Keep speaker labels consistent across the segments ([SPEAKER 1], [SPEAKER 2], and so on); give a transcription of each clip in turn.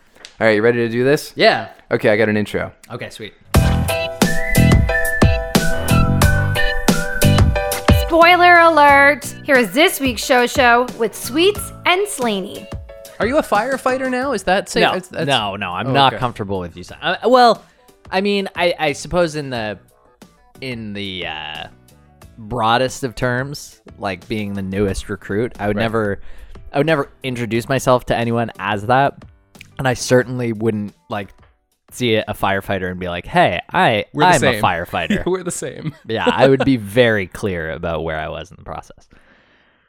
[SPEAKER 1] All right, you ready to do this?
[SPEAKER 2] Yeah.
[SPEAKER 1] Okay, I got an intro.
[SPEAKER 2] Okay, sweet.
[SPEAKER 3] Spoiler alert! Here is this week's show show with Sweets and Slaney.
[SPEAKER 1] Are you a firefighter now? Is that safe?
[SPEAKER 2] No,
[SPEAKER 1] That's- that's-
[SPEAKER 2] no, no. I'm
[SPEAKER 1] Oh,
[SPEAKER 2] not
[SPEAKER 1] okay.
[SPEAKER 2] comfortable with you. Uh, well, I mean, I, I suppose in the in the uh, broadest of terms, like being the newest recruit, I would
[SPEAKER 1] Right.
[SPEAKER 2] never, I would never introduce myself to anyone as that, and I certainly wouldn't like see a firefighter and be like, "Hey, I
[SPEAKER 1] We're the
[SPEAKER 2] I'm a
[SPEAKER 1] same."
[SPEAKER 2] firefighter."
[SPEAKER 1] We're the same.
[SPEAKER 2] yeah, I would be very clear about where I was in the process.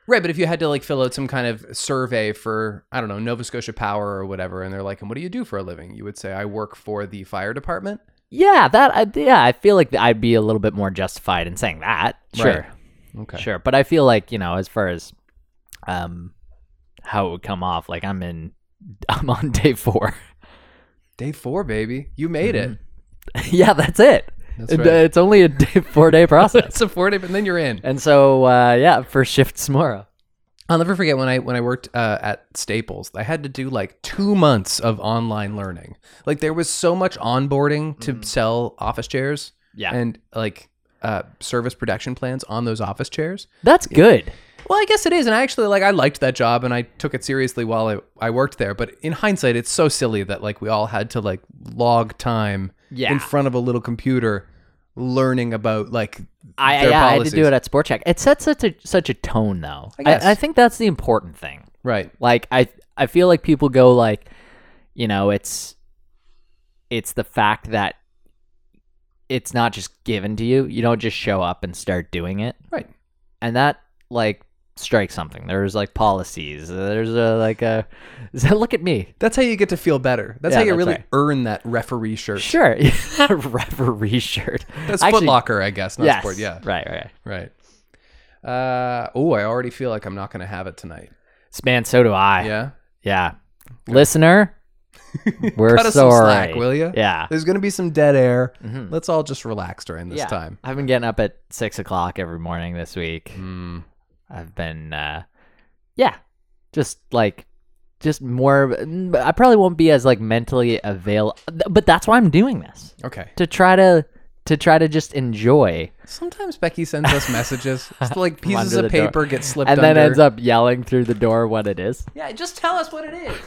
[SPEAKER 1] Right, but if you had to like fill out some kind of survey for I don't know Nova Scotia Power or whatever, and they're like, "And what do you do for a living?" You would say, "I work for the fire department."
[SPEAKER 2] Yeah, that I, yeah, I feel like I'd be a little bit more justified in saying that. Sure.
[SPEAKER 1] Right. Okay.
[SPEAKER 2] Sure, but I feel like you know, as far as um, how it would come off, like I'm in, I'm on day four.
[SPEAKER 1] Day four, baby, you made it.
[SPEAKER 2] yeah, that's it.
[SPEAKER 1] That's
[SPEAKER 2] It-
[SPEAKER 1] right.
[SPEAKER 2] It's only a day, four day process,
[SPEAKER 1] That's a four day, and then you're in.
[SPEAKER 2] and so uh, yeah, first shift tomorrow.
[SPEAKER 1] I'll never forget when I when I worked uh, at Staples. I had to do like two months of online learning. Like there was so much onboarding to sell office chairs
[SPEAKER 2] Yeah,
[SPEAKER 1] and like uh, service production plans on those office chairs.
[SPEAKER 2] that's good.
[SPEAKER 1] Well, I guess it is, and I actually like I liked that job and I took it seriously while I, I worked there. But in hindsight, it's so silly that like we all had to like log time
[SPEAKER 2] Yeah.
[SPEAKER 1] in front of a little computer learning about like
[SPEAKER 2] I,
[SPEAKER 1] their
[SPEAKER 2] yeah, I had to
[SPEAKER 1] policies.
[SPEAKER 2] do it at Sport Check. It sets such a such a tone, though.
[SPEAKER 1] I guess.
[SPEAKER 2] I, I think that's the important thing.
[SPEAKER 1] right.
[SPEAKER 2] Like I I feel like people go like, you know, it's it's the fact that it's not just given to you. You don't just show up and start doing it.
[SPEAKER 1] Right.
[SPEAKER 2] And that like strikes something. There's like policies. Uh, There's a like a look at me.
[SPEAKER 1] That's how you get to feel better. That's
[SPEAKER 2] Yeah,
[SPEAKER 1] how you
[SPEAKER 2] that's
[SPEAKER 1] really
[SPEAKER 2] right.
[SPEAKER 1] earn that referee shirt.
[SPEAKER 2] Sure. referee shirt.
[SPEAKER 1] That's
[SPEAKER 2] Actually-
[SPEAKER 1] Foot Locker, I guess, not
[SPEAKER 2] Yes.
[SPEAKER 1] sport. Yeah,
[SPEAKER 2] Right, right.
[SPEAKER 1] right. Uh, oh, I already feel like I'm not going to have it tonight.
[SPEAKER 2] S- Man, so do I.
[SPEAKER 1] Yeah,
[SPEAKER 2] Yeah. Listener, we're
[SPEAKER 1] Cut us some
[SPEAKER 2] sorry.
[SPEAKER 1] slack, will you?
[SPEAKER 2] Yeah.
[SPEAKER 1] there's going to be some dead air.
[SPEAKER 2] Mhm.
[SPEAKER 1] Let's all just relax during this
[SPEAKER 2] Yeah.
[SPEAKER 1] time.
[SPEAKER 2] I've been getting up at six o'clock every morning this week.
[SPEAKER 1] Mm,
[SPEAKER 2] I've been, uh, yeah, just like, just more. I probably won't be as like mentally avail, but that's why I'm doing this
[SPEAKER 1] okay.
[SPEAKER 2] to try to to try to just enjoy,
[SPEAKER 1] Sometimes Becky sends us messages. It's like pieces
[SPEAKER 2] under
[SPEAKER 1] of
[SPEAKER 2] the door.
[SPEAKER 1] paper get slipped
[SPEAKER 2] and then
[SPEAKER 1] under.
[SPEAKER 2] ends up yelling through the door what it is.
[SPEAKER 1] Yeah, just tell us what it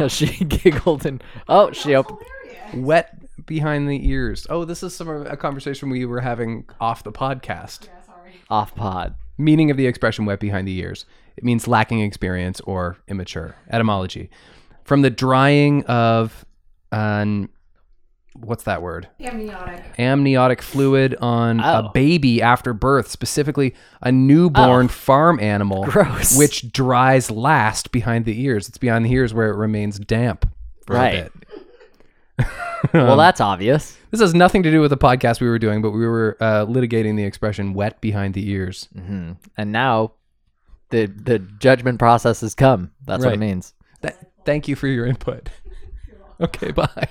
[SPEAKER 1] is.
[SPEAKER 2] she giggled and oh, she opened.
[SPEAKER 1] Wet behind the ears. Oh, this is some of a conversation we were having off the podcast.
[SPEAKER 2] Off pod.
[SPEAKER 1] Meaning of the expression wet behind the ears. It means lacking experience or immature. Etymology. From the drying of an what's that word?
[SPEAKER 3] Amniotic.
[SPEAKER 1] Amniotic fluid on
[SPEAKER 2] Oh. Oh.
[SPEAKER 1] a baby after birth, specifically a newborn farm animal
[SPEAKER 2] Gross.
[SPEAKER 1] which dries last behind the ears. It's behind the ears where it remains damp for
[SPEAKER 2] Right.
[SPEAKER 1] a bit. Um.
[SPEAKER 2] well, that's obvious.
[SPEAKER 1] This has nothing to do with the podcast we were doing, but we were uh, litigating the expression wet behind the ears.
[SPEAKER 2] hmm And now, the the judgment process has come. That's what
[SPEAKER 1] Right.
[SPEAKER 2] it means.
[SPEAKER 1] Th- thank you for your input. Okay, bye.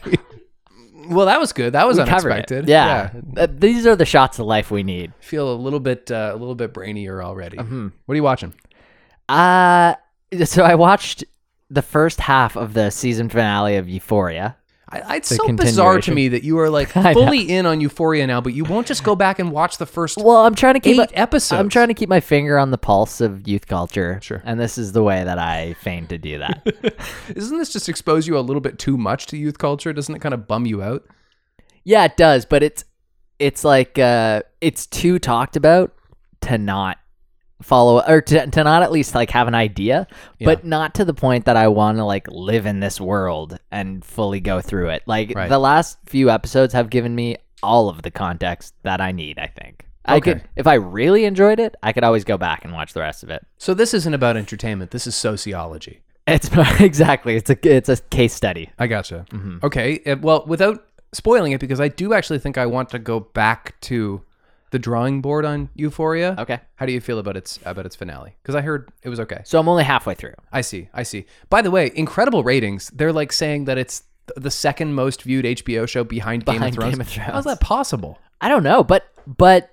[SPEAKER 1] well, that was good. That was
[SPEAKER 2] We covered it.
[SPEAKER 1] unexpected.
[SPEAKER 2] Yeah. Th- these are the shots of life we need.
[SPEAKER 1] I feel a little bit uh, a little bit brainier already.
[SPEAKER 2] Mhm.
[SPEAKER 1] What are you watching?
[SPEAKER 2] Uh so I watched the first half of the season finale of Euphoria.
[SPEAKER 1] I, it's
[SPEAKER 2] The
[SPEAKER 1] so bizarre to
[SPEAKER 2] continuation.
[SPEAKER 1] me that you are like
[SPEAKER 2] I know.
[SPEAKER 1] fully in on Euphoria now, but you won't just go back and watch the first
[SPEAKER 2] Well, I'm trying to keep
[SPEAKER 1] eight
[SPEAKER 2] a-
[SPEAKER 1] episodes.
[SPEAKER 2] I'm trying to keep my finger on the pulse of youth culture.
[SPEAKER 1] Sure.
[SPEAKER 2] And this is the way that I feign to do that.
[SPEAKER 1] Doesn't this just expose you a little bit too much to youth culture? Doesn't it kind of bum you out?
[SPEAKER 2] yeah, it does, but it's it's like uh it's too talked about to not follow or to, to not at least like have an idea but not to the point that i want to like live in this world and fully go through it like
[SPEAKER 1] Right.
[SPEAKER 2] the last few episodes have given me all of the context that i need i think i
[SPEAKER 1] Okay.
[SPEAKER 2] could if i really enjoyed it i could always go back and watch the rest of it
[SPEAKER 1] So this isn't about entertainment. This is sociology.
[SPEAKER 2] it's exactly it's a it's a case study
[SPEAKER 1] I gotcha.
[SPEAKER 2] Mm-hmm.
[SPEAKER 1] Okay. uh, well, without spoiling it, because I do actually think I want to go back to the drawing board on Euphoria.
[SPEAKER 2] okay
[SPEAKER 1] How do you feel about its about its finale? Because I heard it was okay.
[SPEAKER 2] so i'm only halfway through
[SPEAKER 1] I see. I see. By the way, incredible ratings. They're like saying that it's th- the second most viewed HBO show behind, Game of
[SPEAKER 2] Behind
[SPEAKER 1] Thrones.
[SPEAKER 2] Game of Thrones.
[SPEAKER 1] How's that possible?
[SPEAKER 2] I don't know, but but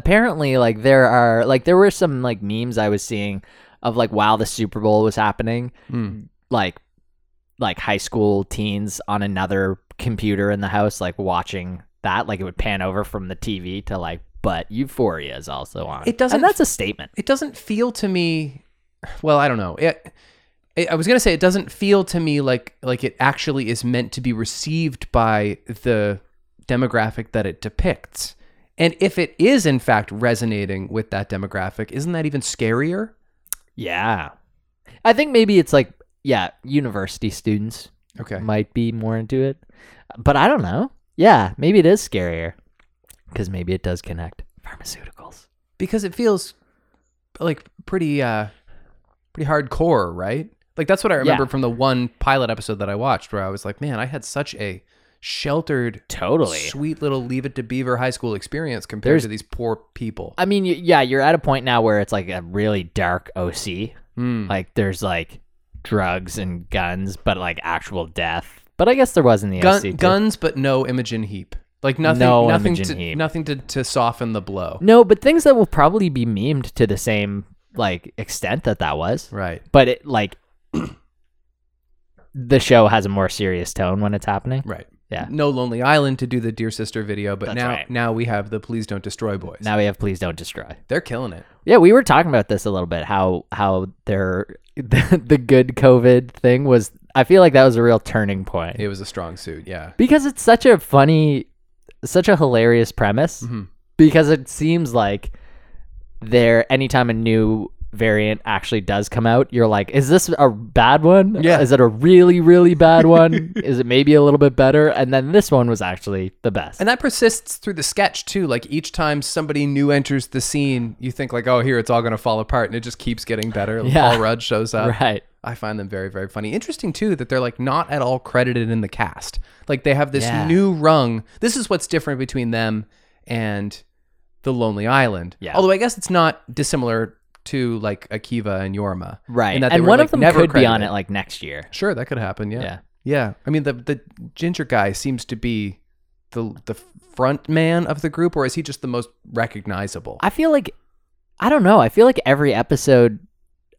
[SPEAKER 2] apparently like there are like there were some like memes I was seeing of like while the Super Bowl was happening, like like high school teens on another computer in the house like watching that like it would pan over from the TV to like but Euphoria is also on.
[SPEAKER 1] It doesn't-
[SPEAKER 2] And that's a statement.
[SPEAKER 1] it doesn't feel to me well i don't know it, it, i was going to say it doesn't feel to me like like it actually is meant to be received by the demographic that it depicts and if it is in fact resonating with that demographic isn't that even scarier
[SPEAKER 2] Yeah. I think maybe it's like yeah, university students
[SPEAKER 1] okay
[SPEAKER 2] might be more into it. But I don't know. Yeah, maybe it is scarier cuz maybe it does connect pharmaceuticals.
[SPEAKER 1] because it feels like pretty uh pretty hardcore right like that's what i remember from the one pilot episode that i watched where i was like man i had such a sheltered
[SPEAKER 2] Totally.
[SPEAKER 1] sweet little leave it to beaver high school experience compared
[SPEAKER 2] There's-
[SPEAKER 1] to these poor people
[SPEAKER 2] I mean, y- yeah, you're at a point now where it's like a really dark OC.
[SPEAKER 1] Mm.
[SPEAKER 2] Like there's like drugs and guns, but like actual death. But I guess there was in the
[SPEAKER 1] Gun,
[SPEAKER 2] OC. too.
[SPEAKER 1] guns but no imogen heap like nothing
[SPEAKER 2] No
[SPEAKER 1] nothing
[SPEAKER 2] Imogen
[SPEAKER 1] to
[SPEAKER 2] Heap.
[SPEAKER 1] nothing to, to soften the blow
[SPEAKER 2] No, but things that will probably be memed to the same like extent that that was.
[SPEAKER 1] right
[SPEAKER 2] But it like the show has a more serious tone when it's happening.
[SPEAKER 1] right
[SPEAKER 2] Yeah.
[SPEAKER 1] no lonely island to do the dear sister video but
[SPEAKER 2] That's
[SPEAKER 1] now
[SPEAKER 2] right.
[SPEAKER 1] now we have the please don't destroy boys
[SPEAKER 2] Now we have please don't destroy.
[SPEAKER 1] they're killing it
[SPEAKER 2] Yeah, we were talking about this a little bit. How how their the, the good COVID thing was. I feel like that was a real turning point.
[SPEAKER 1] it was a strong suit yeah
[SPEAKER 2] because it's such a funny such a hilarious premise
[SPEAKER 1] Mhm.
[SPEAKER 2] because it seems like there anytime a new variant actually does come out you're like is this a bad one
[SPEAKER 1] Yeah.
[SPEAKER 2] is it a really really bad one is it maybe a little bit better and then this one was actually the best
[SPEAKER 1] And that persists through the sketch too. Like each time somebody new enters the scene, you think like, "Oh, here it's all going to fall apart," and it just keeps getting better.
[SPEAKER 2] Yeah.
[SPEAKER 1] Paul Rudd shows up.
[SPEAKER 2] right
[SPEAKER 1] I find them very, very funny. Interesting too that they're like not at all credited in the cast. Like they have this
[SPEAKER 2] Yeah.
[SPEAKER 1] new rung. This is what's different between them and the Lonely Island.
[SPEAKER 2] Yeah.
[SPEAKER 1] Although I guess it's not dissimilar to like Akiva and Yorma.
[SPEAKER 2] right
[SPEAKER 1] in
[SPEAKER 2] and,
[SPEAKER 1] that they were,
[SPEAKER 2] one
[SPEAKER 1] like,
[SPEAKER 2] of them could
[SPEAKER 1] never
[SPEAKER 2] be on
[SPEAKER 1] credited.
[SPEAKER 2] it like next year
[SPEAKER 1] Sure, that could happen. Yeah.
[SPEAKER 2] Yeah.
[SPEAKER 1] Yeah. I mean, the the ginger guy seems to be the the front man of the group, or is he just the most recognizable?
[SPEAKER 2] i feel like i don't know i feel like every episode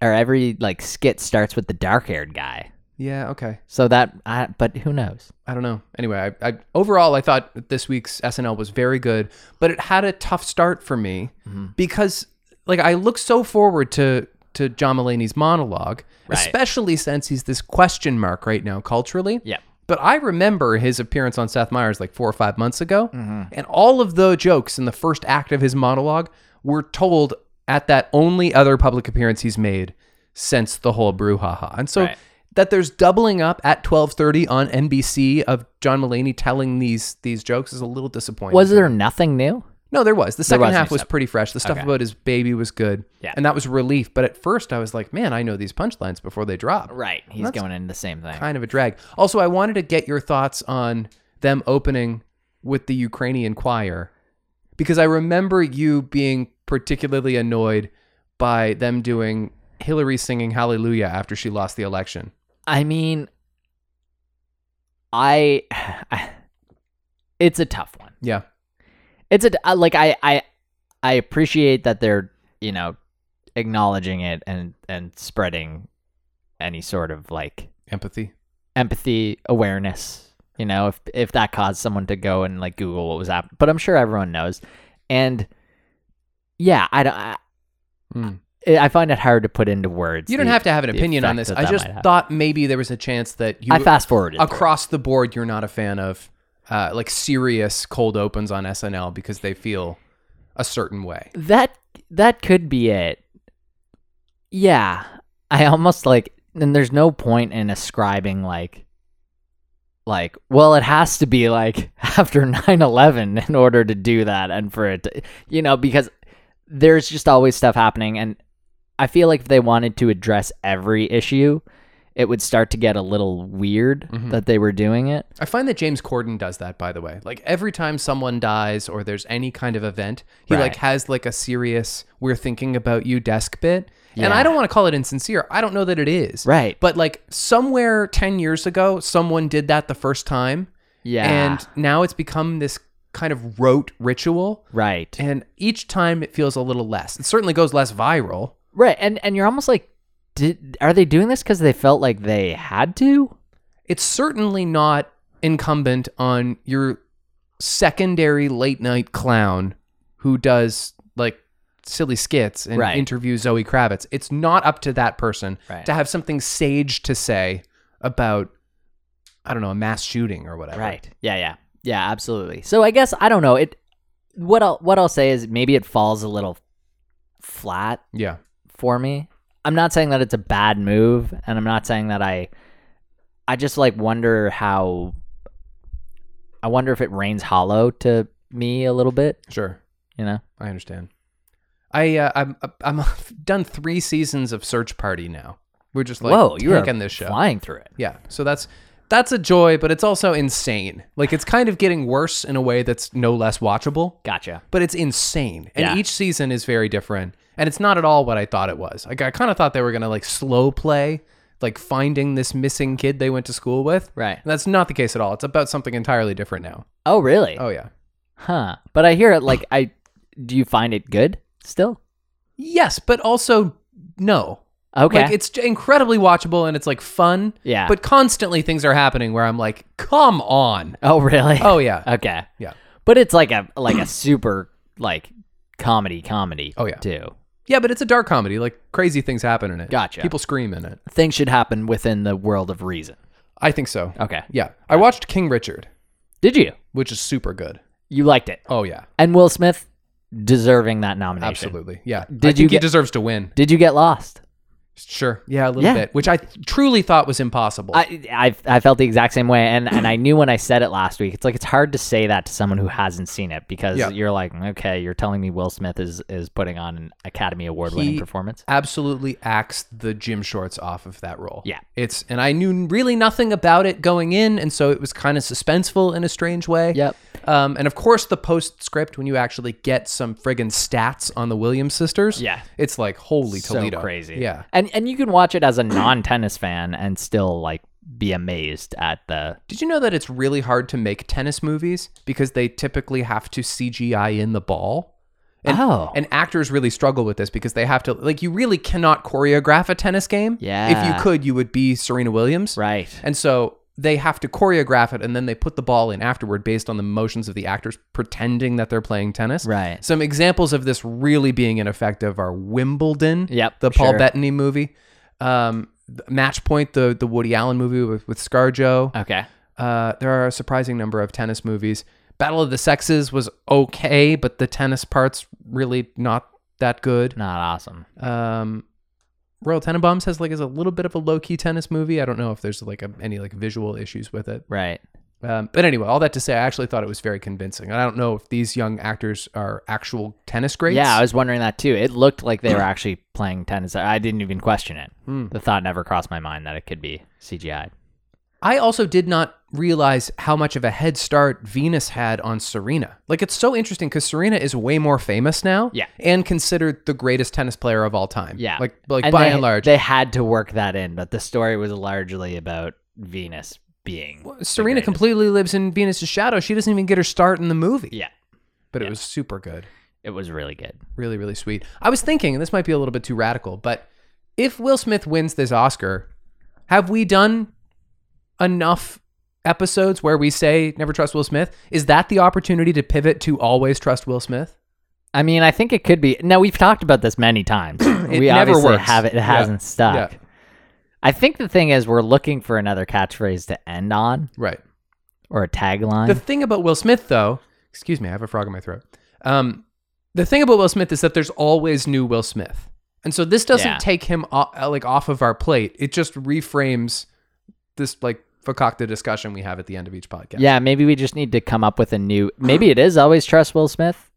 [SPEAKER 2] or every like skit starts with the dark-haired guy
[SPEAKER 1] yeah. Okay.
[SPEAKER 2] so that I, but who knows
[SPEAKER 1] I don't know. Anyway, I, I overall I thought this week's SNL was very good, but it had a tough start for me because like I look so forward to to John Mulaney's monologue,
[SPEAKER 2] Right.
[SPEAKER 1] especially since he's this question mark right now culturally.
[SPEAKER 2] yeah
[SPEAKER 1] But I remember his appearance on Seth Meyers like four or five months ago,
[SPEAKER 2] Mm-hmm.
[SPEAKER 1] and all of the jokes in the first act of his monologue were told at that only other public appearance he's made since the whole brouhaha. And so
[SPEAKER 2] Right.
[SPEAKER 1] that there's doubling up at 12:30 on NBC of John Mulaney telling these these jokes is a little disappointing.
[SPEAKER 2] Was there nothing new?
[SPEAKER 1] No, there was. The second
[SPEAKER 2] was no
[SPEAKER 1] half was
[SPEAKER 2] stuff.
[SPEAKER 1] pretty fresh. The stuff
[SPEAKER 2] Okay.
[SPEAKER 1] about his baby was good,
[SPEAKER 2] Yeah.
[SPEAKER 1] and that was relief. But at first, I was like, "Man, I know these punchlines before they drop."
[SPEAKER 2] Right. He's
[SPEAKER 1] That's
[SPEAKER 2] going into the same thing.
[SPEAKER 1] kind of a drag. Also, I wanted to get your thoughts on them opening with the Ukrainian choir because I remember you being particularly annoyed by them doing Hillary singing Hallelujah after she lost the election.
[SPEAKER 2] I mean, I, it's a tough one.
[SPEAKER 1] Yeah.
[SPEAKER 2] It's a uh, like I I I appreciate that they're you know acknowledging it and and spreading any sort of like
[SPEAKER 1] Empathy.
[SPEAKER 2] empathy awareness. You know, if if that caused someone to go and like Google what was happening, but I'm sure everyone knows. And yeah, I don't. I,
[SPEAKER 1] Mm.
[SPEAKER 2] I I find it hard to put into words.
[SPEAKER 1] You don't
[SPEAKER 2] the-
[SPEAKER 1] have to have an
[SPEAKER 2] the
[SPEAKER 1] opinion on
[SPEAKER 2] effect
[SPEAKER 1] this.
[SPEAKER 2] that
[SPEAKER 1] I
[SPEAKER 2] that
[SPEAKER 1] just
[SPEAKER 2] might have.
[SPEAKER 1] thought maybe there was a chance that you
[SPEAKER 2] I fast forwarded through it.
[SPEAKER 1] across the board you're not a fan of uh, like serious cold opens on SNL because they feel a certain way.
[SPEAKER 2] that that could be it yeah i almost like and there's no point in ascribing like like well it has to be like after 9-11 in order to do that and for it to, you know because there's just always stuff happening and i feel like if they wanted to address every issue it would start to get a little weird
[SPEAKER 1] Mhm.
[SPEAKER 2] that they were doing it
[SPEAKER 1] I find that James Corden does that, by the way. Like every time someone dies or there's any kind of event, he
[SPEAKER 2] Right.
[SPEAKER 1] like has like a serious "We're thinking about you" desk bit, and I
[SPEAKER 2] Yeah.
[SPEAKER 1] don't want to call it insincere. I don't know that it is,
[SPEAKER 2] Right.
[SPEAKER 1] But like somewhere ten years ago, someone did that the first time,
[SPEAKER 2] yeah
[SPEAKER 1] and now it's become this kind of rote ritual.
[SPEAKER 2] right
[SPEAKER 1] And each time it feels a little less. It certainly goes less viral.
[SPEAKER 2] Right, and and you're almost like did are they doing this because they felt like they had to?
[SPEAKER 1] It's certainly not incumbent on your secondary late night clown who does like silly skits and
[SPEAKER 2] Right.
[SPEAKER 1] interview Zoe Kravitz. It's not up to that person
[SPEAKER 2] Right.
[SPEAKER 1] to have something sage to say about I don't know, a mass shooting or whatever.
[SPEAKER 2] Right. Yeah, yeah. Yeah, absolutely. So I guess I don't know. It what I'll what I'll say is maybe it falls a little flat
[SPEAKER 1] Yeah.
[SPEAKER 2] for me. I'm not saying that it's a bad move and I'm not saying that I I just like wonder how I wonder if it rains hollow to me a little bit,
[SPEAKER 1] Sure.
[SPEAKER 2] you know.
[SPEAKER 1] I understand. I uh, I'm I'm I've done 3 seasons of Search Party now. We're just like
[SPEAKER 2] Whoa, you're
[SPEAKER 1] tanking this show.
[SPEAKER 2] flying through it.
[SPEAKER 1] Yeah. So that's that's a joy, but it's also insane. Like it's kind of getting worse in a way that's no less watchable.
[SPEAKER 2] Gotcha.
[SPEAKER 1] but it's insane. And
[SPEAKER 2] Yeah.
[SPEAKER 1] each season is very different. And it's not at all what I thought it was. Like, I kind of thought they were going to like slow play, like finding this missing kid they went to school with.
[SPEAKER 2] Right.
[SPEAKER 1] And that's not the case at all. It's about something entirely different now.
[SPEAKER 2] Oh, really?
[SPEAKER 1] Oh, yeah.
[SPEAKER 2] Huh. But I hear it like I do you find it good still?
[SPEAKER 1] Yes, but also no.
[SPEAKER 2] Okay.
[SPEAKER 1] Like, it's incredibly watchable and it's like fun.
[SPEAKER 2] Yeah.
[SPEAKER 1] But constantly things are happening where I'm like, come on.
[SPEAKER 2] oh, really?
[SPEAKER 1] Oh, yeah.
[SPEAKER 2] Okay.
[SPEAKER 1] Yeah.
[SPEAKER 2] But it's like a like a super like comedy comedy.
[SPEAKER 1] Oh, yeah.
[SPEAKER 2] Too.
[SPEAKER 1] Yeah, but it's a dark comedy. Like, crazy things happen in it.
[SPEAKER 2] Gotcha.
[SPEAKER 1] People scream in it.
[SPEAKER 2] Things should happen within the world of reason.
[SPEAKER 1] I think so.
[SPEAKER 2] Okay.
[SPEAKER 1] Yeah. I watched King Richard,
[SPEAKER 2] Did you?
[SPEAKER 1] which is super good.
[SPEAKER 2] You liked it.
[SPEAKER 1] Oh, yeah.
[SPEAKER 2] And Will Smith deserving that nomination.
[SPEAKER 1] Absolutely. Yeah. I
[SPEAKER 2] Did
[SPEAKER 1] think
[SPEAKER 2] you
[SPEAKER 1] he
[SPEAKER 2] get-
[SPEAKER 1] deserves to win?
[SPEAKER 2] Did you get lost?
[SPEAKER 1] Sure. Yeah, a little
[SPEAKER 2] Yeah.
[SPEAKER 1] bit, which I truly thought was impossible.
[SPEAKER 2] I, I I felt the exact same way, and, and I knew when I said it last week. It's like it's hard to say that to someone who hasn't seen it because
[SPEAKER 1] Yeah.
[SPEAKER 2] you're like, okay, you're telling me Will Smith is is putting on an Academy Award winning
[SPEAKER 1] He-
[SPEAKER 2] performance.
[SPEAKER 1] Absolutely axed the gym shorts off of that role.
[SPEAKER 2] Yeah.
[SPEAKER 1] It's and I knew really nothing about it going in, and so it was kind of suspenseful in a strange way.
[SPEAKER 2] Yep.
[SPEAKER 1] Um, and of course the postscript when you actually get some friggin' stats on the Williams sisters.
[SPEAKER 2] Yeah.
[SPEAKER 1] It's like holy
[SPEAKER 2] so
[SPEAKER 1] Toledo.
[SPEAKER 2] crazy.
[SPEAKER 1] Yeah.
[SPEAKER 2] and and you can watch it as a non tennis fan and still like be amazed at the
[SPEAKER 1] Did you know that it's really hard to make tennis movies because they typically have to CGI in the ball? And,
[SPEAKER 2] Oh.
[SPEAKER 1] And actors really struggle with this because they have to, like, you really cannot choreograph a tennis game. If
[SPEAKER 2] Yeah.
[SPEAKER 1] you could, you would be Serena Williams.
[SPEAKER 2] right.
[SPEAKER 1] And so they have to choreograph it and then they put the ball in afterward based on the motions of the actors pretending that they're playing tennis.
[SPEAKER 2] Right.
[SPEAKER 1] Some examples of this really being ineffective are Wimbledon,
[SPEAKER 2] Yep,
[SPEAKER 1] the Paul
[SPEAKER 2] sure.
[SPEAKER 1] Bettany movie, um, Match Point, the, the Woody Allen movie with, with ScarJo.
[SPEAKER 2] Okay.
[SPEAKER 1] Uh, there are a surprising number of tennis movies. Battle of the Sexes was okay, but the tennis part's really not that good.
[SPEAKER 2] Not awesome.
[SPEAKER 1] Um, Royal Tenenbaums has like is a little bit of a low key tennis movie. I don't know if there's like a, any like visual issues with it.
[SPEAKER 2] Right.
[SPEAKER 1] Um, but anyway, all that to say, I actually thought it was very convincing, and I don't know if these young actors are actual tennis greats.
[SPEAKER 2] Yeah, I was wondering that too. It looked like they were actually playing tennis. I didn't even question it.
[SPEAKER 1] Hmm.
[SPEAKER 2] The thought never crossed my mind that it could be CGI.
[SPEAKER 1] I also did not realize how much of a head start Venus had on Serena. Like, it's so interesting because Serena is way more famous now,
[SPEAKER 2] Yeah.
[SPEAKER 1] and considered the greatest tennis player of all time.
[SPEAKER 2] Yeah.
[SPEAKER 1] like like by and large,
[SPEAKER 2] they had to work that in. But the story was largely about Venus being
[SPEAKER 1] Serena completely lives in Venus's shadow. She doesn't even get her start in the movie.
[SPEAKER 2] Yeah,
[SPEAKER 1] but it was super good,
[SPEAKER 2] it was really good.
[SPEAKER 1] really really sweet. I was thinking, and this might be a little bit too radical, but if Will Smith wins this Oscar, have we done enough? Episodes where we say never trust Will Smith. Is that the opportunity to pivot to always trust Will Smith?
[SPEAKER 2] I mean, I think it could be. Now we've talked about this many times. we
[SPEAKER 1] never
[SPEAKER 2] obviously
[SPEAKER 1] works.
[SPEAKER 2] have it. It
[SPEAKER 1] Yeah.
[SPEAKER 2] hasn't stuck.
[SPEAKER 1] Yeah.
[SPEAKER 2] I think the thing is, we're looking for another catchphrase to end on
[SPEAKER 1] Right.
[SPEAKER 2] or a tagline.
[SPEAKER 1] The thing about Will Smith, though, excuse me, I have a frog in my throat. Um, the thing about Will Smith is that there's always new Will Smith, and so this doesn't
[SPEAKER 2] Yeah.
[SPEAKER 1] take him off, like off of our plate. It just reframes this like fakakta discussion we have at the end of each podcast.
[SPEAKER 2] Yeah, maybe we just need to come up with a new. Maybe it is always trust Will Smith.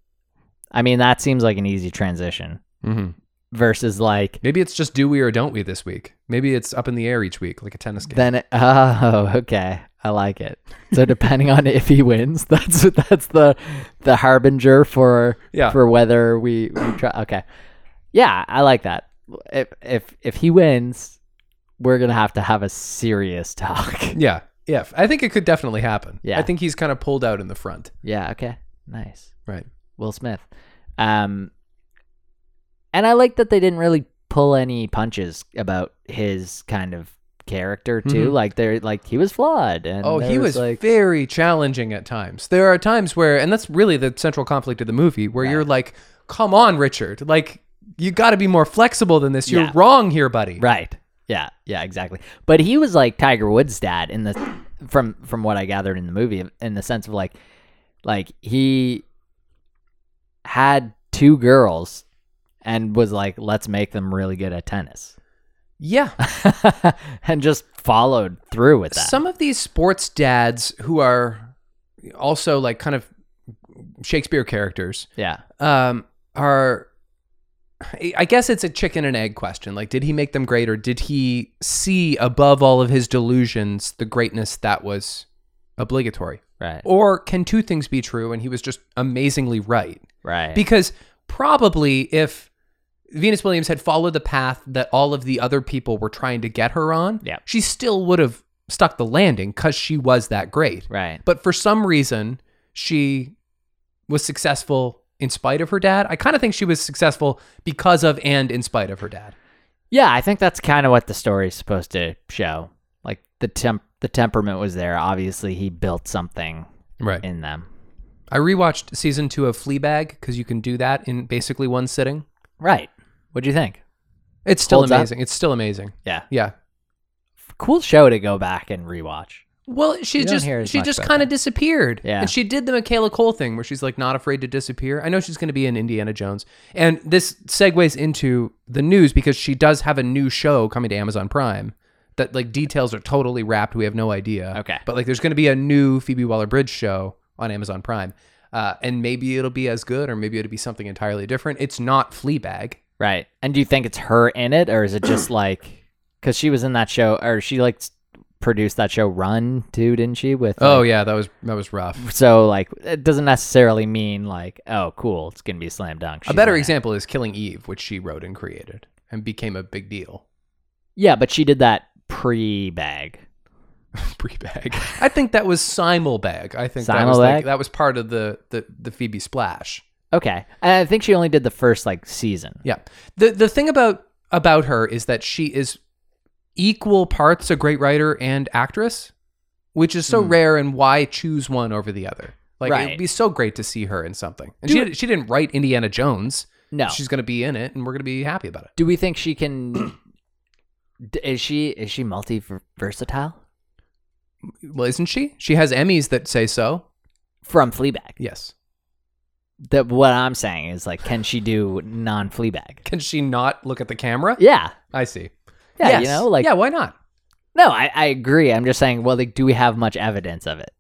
[SPEAKER 2] I mean, that seems like an easy transition
[SPEAKER 1] Mm-hmm.
[SPEAKER 2] versus like
[SPEAKER 1] Maybe it's just do we or don't we this week. Maybe it's up in the air each week, like a tennis game.
[SPEAKER 2] then. Oh, okay, I like it. So depending on if he wins, that's that's the the harbinger for
[SPEAKER 1] Yeah.
[SPEAKER 2] for whether we, we try. Okay, yeah, I like that. If if if he wins, we're gonna have to have a serious talk.
[SPEAKER 1] yeah. Yeah. I think it could definitely happen.
[SPEAKER 2] Yeah.
[SPEAKER 1] I think he's kind of pulled out in the front.
[SPEAKER 2] Yeah. Okay. Nice.
[SPEAKER 1] Right.
[SPEAKER 2] Will Smith. Um, and I like that they didn't really pull any punches about his kind of character too.
[SPEAKER 1] Mhm.
[SPEAKER 2] Like they're like he was flawed. And
[SPEAKER 1] Oh,
[SPEAKER 2] there
[SPEAKER 1] he was
[SPEAKER 2] like
[SPEAKER 1] very challenging at times. There are times where, and that's really the central conflict of the movie, where you're like, "Come on, Richard! Like, you got to be more flexible than this. You're
[SPEAKER 2] Yeah.
[SPEAKER 1] wrong here, buddy."
[SPEAKER 2] right. Yeah, yeah, exactly. But he was like Tiger Woods' dad in the from from what I gathered in the movie in the sense of like like he had two girls and was like let's make them really good at tennis
[SPEAKER 1] Yeah.
[SPEAKER 2] and just followed through with that.
[SPEAKER 1] Some of these sports dads who are also like kind of Shakespeare characters
[SPEAKER 2] yeah.
[SPEAKER 1] um, are. I guess it's a chicken and egg question. Like, did he make them great, or did he see above all of his delusions the greatness that was obligatory?
[SPEAKER 2] Right.
[SPEAKER 1] Or can two things be true and he was just amazingly right?
[SPEAKER 2] Right.
[SPEAKER 1] Because probably if Venus Williams had followed the path that all of the other people were trying to get her on,
[SPEAKER 2] Yeah.
[SPEAKER 1] she still would have stuck the landing because she was that great.
[SPEAKER 2] right.
[SPEAKER 1] But for some reason, she was successful in spite of her dad. I kind of think she was successful because of and in spite of her dad.
[SPEAKER 2] Yeah, I think that's kind of what the story's supposed to show. Like the temp the temperament was there. Obviously, he built something
[SPEAKER 1] Right.
[SPEAKER 2] in them.
[SPEAKER 1] I rewatched season two of Fleabag because you can do that in basically one sitting.
[SPEAKER 2] Right. What'd you think?
[SPEAKER 1] It's still
[SPEAKER 2] Holds up?
[SPEAKER 1] amazing. It's still amazing.
[SPEAKER 2] Yeah.
[SPEAKER 1] Yeah.
[SPEAKER 2] Cool show to go back and rewatch.
[SPEAKER 1] Well, she
[SPEAKER 2] You don't
[SPEAKER 1] just
[SPEAKER 2] hear as
[SPEAKER 1] she
[SPEAKER 2] much
[SPEAKER 1] just
[SPEAKER 2] about
[SPEAKER 1] kind of
[SPEAKER 2] that.
[SPEAKER 1] disappeared.
[SPEAKER 2] Yeah.
[SPEAKER 1] And she did the Michaela Cole thing where she's like not afraid to disappear. I know she's going to be in Indiana Jones. And this segues into the news because she does have a new show coming to Amazon Prime that like details are totally wrapped. We have no idea.
[SPEAKER 2] Okay.
[SPEAKER 1] But like there's going to be a new Phoebe Waller-Bridge show on Amazon Prime. Uh, and maybe it'll be as good or maybe it'll be something entirely different. It's not Fleabag.
[SPEAKER 2] Right. And do you think it's her in it or is it just like cuz she was in that show or she like s- produced that show Run too, didn't she with
[SPEAKER 1] Oh
[SPEAKER 2] like-
[SPEAKER 1] yeah, that was that was rough.
[SPEAKER 2] So like it doesn't necessarily mean like oh cool, it's going to be a slam dunk.
[SPEAKER 1] A
[SPEAKER 2] She's
[SPEAKER 1] better
[SPEAKER 2] in it.
[SPEAKER 1] example is Killing Eve, which she wrote and created and became a big deal.
[SPEAKER 2] Yeah, but she did that pre-bag.
[SPEAKER 1] pre-bag. I think that was simul-bag. I think that was like,
[SPEAKER 2] Simul-bag?
[SPEAKER 1] that was part of the, the the Phoebe splash.
[SPEAKER 2] Okay. And I think she only did the first like season.
[SPEAKER 1] Yeah. The the thing about about her is that she is equal parts a great writer and actress, which is so rare and why choose one over the other? Like it'd
[SPEAKER 2] Hmm. Right.
[SPEAKER 1] be so great to see her in something. And
[SPEAKER 2] Do
[SPEAKER 1] she did, she didn't write Indiana Jones.
[SPEAKER 2] No.
[SPEAKER 1] She's going to be in it and we're going to be happy about it.
[SPEAKER 2] Do we think she can? D- is she is she multi versatile
[SPEAKER 1] Well, isn't she? She has Emmys that say so.
[SPEAKER 2] from Fleabag?
[SPEAKER 1] Yes.
[SPEAKER 2] That what I'm saying is like, can she do non Fleabag?
[SPEAKER 1] Can she not look at the camera?
[SPEAKER 2] Yeah,
[SPEAKER 1] I see.
[SPEAKER 2] yeah, you
[SPEAKER 1] Yes.
[SPEAKER 2] know, like
[SPEAKER 1] Yeah, why not?
[SPEAKER 2] no, I, I agree. I'm just saying, well, like, do we have much evidence of it?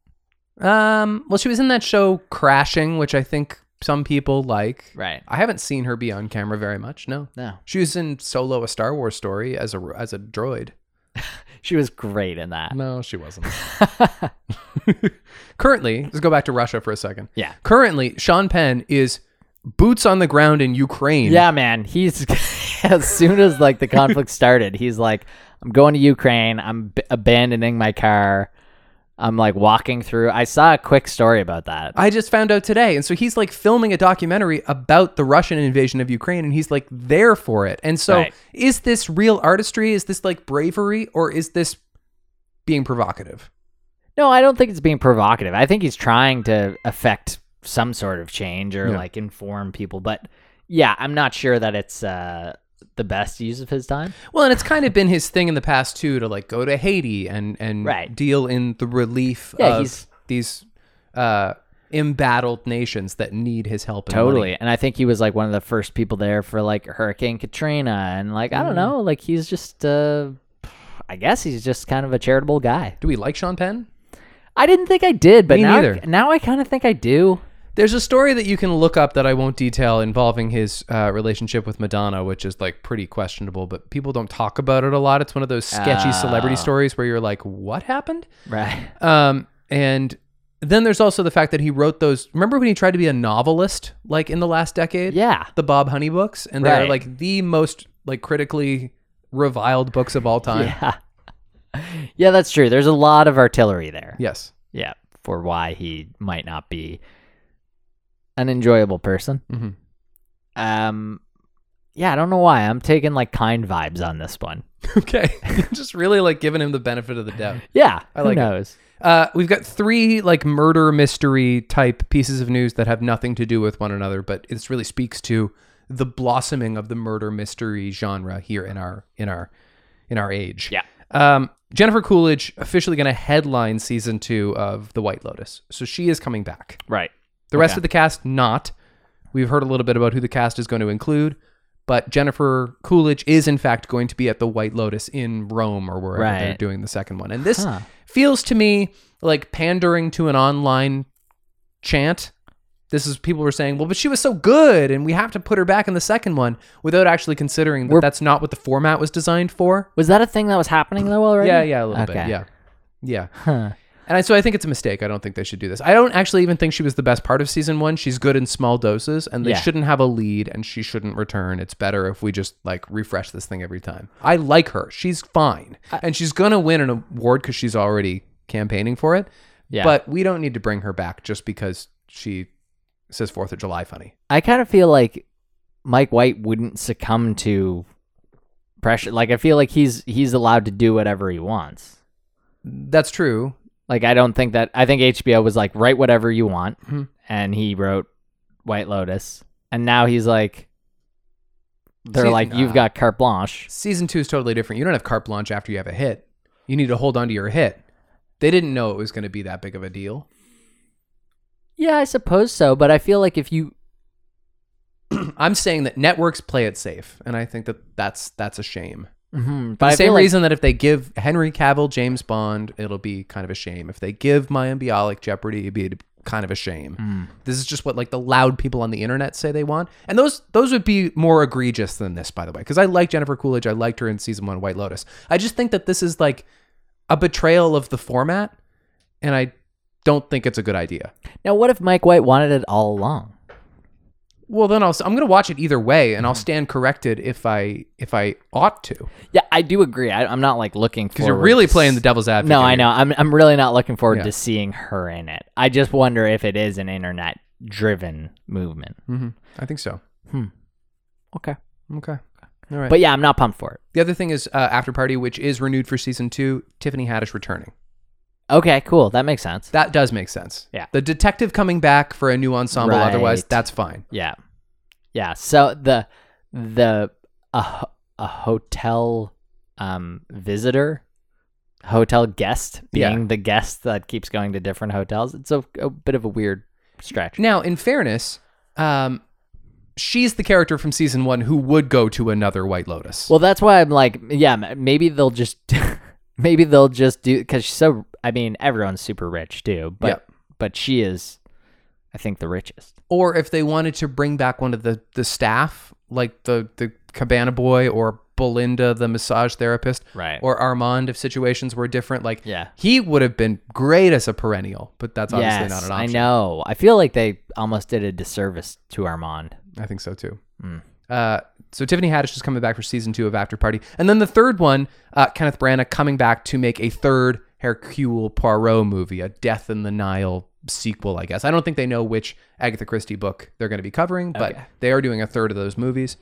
[SPEAKER 1] Um, well, she was in that show Crashing, which I think some people like.
[SPEAKER 2] Right.
[SPEAKER 1] I haven't seen her be on camera very much. No,
[SPEAKER 2] No,
[SPEAKER 1] she was in Solo: A Star Wars Story as a as a droid.
[SPEAKER 2] she was great in that.
[SPEAKER 1] No, she wasn't. Currently, let's go back to Russia for a second.
[SPEAKER 2] Yeah.
[SPEAKER 1] Currently, Sean Penn is boots on the ground in Ukraine.
[SPEAKER 2] Yeah, man. He's as soon as like the conflict started, he's like, I'm going to Ukraine. I'm b- abandoning my car. I'm like walking through. I saw a quick story about that.
[SPEAKER 1] I just found out today. And so he's like filming a documentary about the Russian invasion of Ukraine and he's like there for it. And so
[SPEAKER 2] Right.
[SPEAKER 1] is this real artistry? Is this like bravery or is this being provocative?
[SPEAKER 2] No, I don't think it's being provocative. I think he's trying to affect some sort of change or
[SPEAKER 1] Yeah.
[SPEAKER 2] like inform people. But yeah, I'm not sure that it's uh, the best use of his time.
[SPEAKER 1] Well, and it's kind of been his thing in the past too to like go to Haiti and and
[SPEAKER 2] Right.
[SPEAKER 1] deal in the relief
[SPEAKER 2] Yeah,
[SPEAKER 1] of
[SPEAKER 2] he's-
[SPEAKER 1] these uh embattled nations that need his help and
[SPEAKER 2] Totally.
[SPEAKER 1] money.
[SPEAKER 2] And I think he was like one of the first people there for like Hurricane Katrina. And like, I don't know, like he's just, uh, I guess he's just kind of a charitable guy.
[SPEAKER 1] Do we like Sean Penn?
[SPEAKER 2] I didn't think I did, but
[SPEAKER 1] Me
[SPEAKER 2] now,
[SPEAKER 1] neither.
[SPEAKER 2] I, now I kind of think I do.
[SPEAKER 1] There's a story that you can look up that I won't detail involving his uh, relationship with Madonna, which is like pretty questionable, but people don't talk about it a lot. It's one of those sketchy
[SPEAKER 2] Ah.
[SPEAKER 1] celebrity stories where you're like, what happened?
[SPEAKER 2] Right.
[SPEAKER 1] Um, and then there's also the fact that he wrote those. Remember when he tried to be a novelist, like in the last decade?
[SPEAKER 2] Yeah.
[SPEAKER 1] The Bob Honey books, and they're
[SPEAKER 2] Right.
[SPEAKER 1] like the most like critically reviled books of all time.
[SPEAKER 2] Yeah. Yeah, that's true. There's a lot of artillery there.
[SPEAKER 1] Yes.
[SPEAKER 2] yeah, for why he might not
[SPEAKER 1] Mm-hmm.
[SPEAKER 2] be an enjoyable person.
[SPEAKER 1] Mhm.
[SPEAKER 2] Um, yeah, I don't know why. I'm taking like kind vibes on this one.
[SPEAKER 1] Okay. Just really like giving him the benefit of the doubt.
[SPEAKER 2] Yeah,
[SPEAKER 1] I
[SPEAKER 2] who
[SPEAKER 1] like it.
[SPEAKER 2] knows?
[SPEAKER 1] Uh, we've got three like murder mystery type pieces of news that have nothing to do with one another, but this really speaks to the blossoming of the murder mystery genre here in our in our in our age.
[SPEAKER 2] Yeah.
[SPEAKER 1] Um, Jennifer Coolidge officially going to headline season two of The White Lotus, so she is coming back.
[SPEAKER 2] Right.
[SPEAKER 1] The rest
[SPEAKER 2] Okay.
[SPEAKER 1] of the cast, not. We've heard a little bit about who the cast is going to include, but Jennifer Coolidge is in fact going to be at the White Lotus in Rome or wherever they're
[SPEAKER 2] Right.
[SPEAKER 1] doing the second one. And this
[SPEAKER 2] Huh.
[SPEAKER 1] feels to me like pandering to an online chant. This is people were saying, well, but she was so good, and we have to put her back in the second one without actually considering that
[SPEAKER 2] We're-
[SPEAKER 1] that's not what the format was designed for.
[SPEAKER 2] Was that a thing that was happening though already?
[SPEAKER 1] Yeah, yeah, a little bit.
[SPEAKER 2] Okay.
[SPEAKER 1] Yeah. Yeah.
[SPEAKER 2] Huh.
[SPEAKER 1] And I, so I think it's a mistake. I don't think they should do this. I don't actually even think she was the best part of season one. She's good in small doses, and they
[SPEAKER 2] Yeah.
[SPEAKER 1] shouldn't have a lead, and she shouldn't return. It's better if we just like refresh this thing every time. I like her. She's fine, and she's gonna win an award because she's already campaigning for it.
[SPEAKER 2] Yeah.
[SPEAKER 1] But we don't need to bring her back just because she says Fourth of July funny.
[SPEAKER 2] I kind of feel like Mike White wouldn't succumb to pressure. Like I feel like he's he's allowed to do whatever he wants.
[SPEAKER 1] That's true.
[SPEAKER 2] Like I don't think that I think HBO was like write whatever you want,
[SPEAKER 1] Mhm.
[SPEAKER 2] and he wrote White Lotus, and now he's like they're
[SPEAKER 1] Season-
[SPEAKER 2] like you've got carte blanche.
[SPEAKER 1] Season two is totally different. You don't have carte blanche after you have a hit. You need to hold on to your hit. They didn't know it was going to be that big of a deal.
[SPEAKER 2] Yeah, I suppose so, but I feel like if you
[SPEAKER 1] I'm saying that networks play it safe, and I think that that's that's a shame.
[SPEAKER 2] Mhm,
[SPEAKER 1] For
[SPEAKER 2] but
[SPEAKER 1] the
[SPEAKER 2] I
[SPEAKER 1] same
[SPEAKER 2] feel like-
[SPEAKER 1] reason that if they give Henry Cavill James Bond, it'll be kind of a shame. If they give Maya Bialik Jeopardy, it'd be kind of a shame.
[SPEAKER 2] Mm.
[SPEAKER 1] This is just what like the loud people on the internet say they want, and those those would be more egregious than this, by the way. Because I like Jennifer Coolidge, I liked her in season one, White Lotus. I just think that this is like a betrayal of the format, and I don't think it's a good idea.
[SPEAKER 2] now what if Mike White wanted it all along?
[SPEAKER 1] Well, then I'll, s- I'm going to watch it either way, and I'll
[SPEAKER 2] Mm-hmm.
[SPEAKER 1] stand corrected if I if I ought to.
[SPEAKER 2] Yeah, I do agree. I, I'm not like looking
[SPEAKER 1] because you're
[SPEAKER 2] forward
[SPEAKER 1] really
[SPEAKER 2] to
[SPEAKER 1] playing
[SPEAKER 2] s-
[SPEAKER 1] the devil's advocate.
[SPEAKER 2] No, I
[SPEAKER 1] here.
[SPEAKER 2] know. I'm I'm really not looking forward
[SPEAKER 1] Yeah.
[SPEAKER 2] to seeing her in it. I just wonder if it is an internet driven movement.
[SPEAKER 1] Mhm. I think so.
[SPEAKER 2] Okay.
[SPEAKER 1] Okay. All right.
[SPEAKER 2] But yeah, I'm not pumped for it.
[SPEAKER 1] the other thing is uh, After Party, which is renewed for season two. Tiffany Haddish returning.
[SPEAKER 2] Okay, cool. That makes sense.
[SPEAKER 1] That does make sense.
[SPEAKER 2] Yeah.
[SPEAKER 1] The detective coming back for a new ensemble. Otherwise,
[SPEAKER 2] Right.
[SPEAKER 1] that's fine.
[SPEAKER 2] yeah. Yeah. So the the a, ho- a hotel um visitor hotel guest
[SPEAKER 1] Yeah.
[SPEAKER 2] being the guest that keeps going to different hotels. It's a, a bit of a weird stretch.
[SPEAKER 1] Now, in fairness, um, she's the character from season one who would go to another White Lotus.
[SPEAKER 2] Well, that's why I'm like, yeah, m- maybe they'll just, maybe they'll just do because she's so. I mean, everyone's super rich too, but
[SPEAKER 1] Yep.
[SPEAKER 2] but she is, I think, the richest.
[SPEAKER 1] or if they wanted to bring back one of the the staff, like the the Cabana Boy or Belinda, the massage therapist,
[SPEAKER 2] Right.
[SPEAKER 1] or Armand, if situations were different, like
[SPEAKER 2] Yeah.
[SPEAKER 1] he would have been great as a perennial, but that's obviously
[SPEAKER 2] yes,
[SPEAKER 1] not an
[SPEAKER 2] I
[SPEAKER 1] option.
[SPEAKER 2] know. I feel like they almost did a disservice to Armand.
[SPEAKER 1] I think so too.
[SPEAKER 2] Mm.
[SPEAKER 1] Uh, so Tiffany Haddish is coming back for season two of After Party, and then the third one, uh, Kenneth Branagh coming back to make a third Hercule Poirot movie, a Death in the Nile sequel. I guess I don't think they know which Agatha Christie book they're going to be covering, but
[SPEAKER 2] Okay. Mm-hmm.
[SPEAKER 1] they are doing a third of those movies.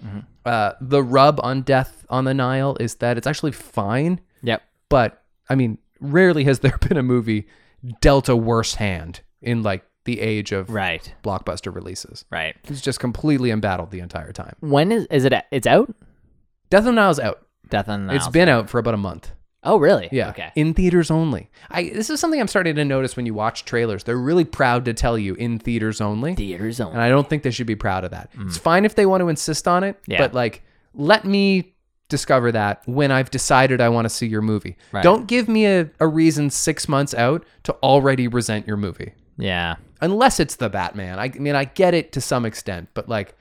[SPEAKER 1] Uh, the rub on Death on the Nile is that it's actually fine.
[SPEAKER 2] Yep.
[SPEAKER 1] but I mean, rarely has there been a movie dealt a worse hand in like the age of
[SPEAKER 2] Right.
[SPEAKER 1] blockbuster releases.
[SPEAKER 2] Right.
[SPEAKER 1] He's just completely embattled the entire time.
[SPEAKER 2] When is is it? a- It's out.
[SPEAKER 1] Death on the Nile's out.
[SPEAKER 2] Death on the
[SPEAKER 1] It's
[SPEAKER 2] Nile's-
[SPEAKER 1] been out for about a month.
[SPEAKER 2] Oh, really?
[SPEAKER 1] Yeah.
[SPEAKER 2] Okay.
[SPEAKER 1] In theaters only. I this is something I'm starting to notice when you watch trailers. They're really proud to tell you in theaters only.
[SPEAKER 2] Theaters only.
[SPEAKER 1] And I don't think they should be proud of that. It's fine if they want to insist on it,
[SPEAKER 2] Mm. Yeah.
[SPEAKER 1] but like let me discover that when I've decided I want to see your movie.
[SPEAKER 2] Right.
[SPEAKER 1] Don't give me a, a reason six months out to already resent your movie.
[SPEAKER 2] yeah.
[SPEAKER 1] Unless it's the Batman. I, I mean I get it to some extent, but like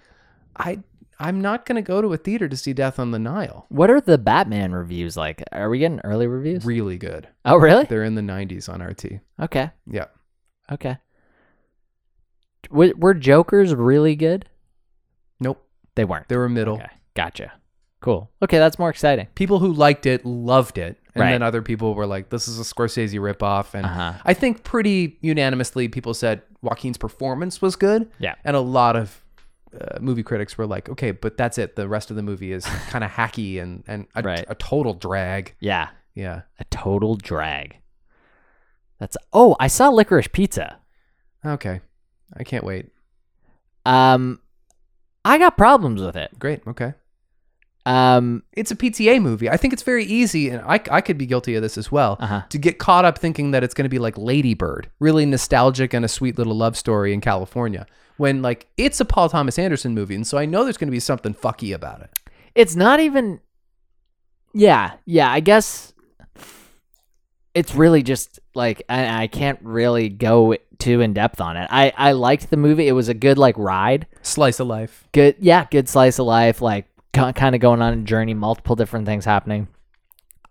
[SPEAKER 1] I I'm not gonna go to a theater to see Death on the Nile.
[SPEAKER 2] What are the Batman reviews like? Are we getting early reviews?
[SPEAKER 1] Really good.
[SPEAKER 2] oh, really?
[SPEAKER 1] They're in the 90s on RT.
[SPEAKER 2] Okay.
[SPEAKER 1] Yeah.
[SPEAKER 2] Okay. W- were Jokers really good?
[SPEAKER 1] Nope.
[SPEAKER 2] They weren't.
[SPEAKER 1] They were middle.
[SPEAKER 2] okay. Gotcha. Cool. Okay, that's more exciting.
[SPEAKER 1] People who liked it loved it. And
[SPEAKER 2] Right.
[SPEAKER 1] then other people were like, this is a Scorsese ripoff. And
[SPEAKER 2] Uh-huh.
[SPEAKER 1] I think pretty unanimously people said Joaquin's performance was good.
[SPEAKER 2] Yeah.
[SPEAKER 1] And a lot of uh, movie critics were like, okay, but that's it. The rest of the movie is kind of hacky and and a,
[SPEAKER 2] Right.
[SPEAKER 1] a total drag.
[SPEAKER 2] Yeah,
[SPEAKER 1] Yeah.
[SPEAKER 2] a total drag. That's oh, I saw Licorice Pizza.
[SPEAKER 1] Okay. I can't wait.
[SPEAKER 2] Um, I got problems with it.
[SPEAKER 1] Great. Okay.
[SPEAKER 2] Um,
[SPEAKER 1] It's a PTA movie. I think it's very easy, and I I could be guilty of this as well.
[SPEAKER 2] uh-huh.
[SPEAKER 1] To get caught up thinking that it's going to be like Lady Bird, really nostalgic and a sweet little love story in California, when like it's a Paul Thomas Anderson movie, and so I know there's going to be something fucky about it.
[SPEAKER 2] it's not even. Yeah, yeah. I guess it's really just like I, I can't really go too in depth on it. I I liked the movie. It was a good like ride.
[SPEAKER 1] Slice of life.
[SPEAKER 2] good yeah good slice of life like kind of going on a journey multiple different things happening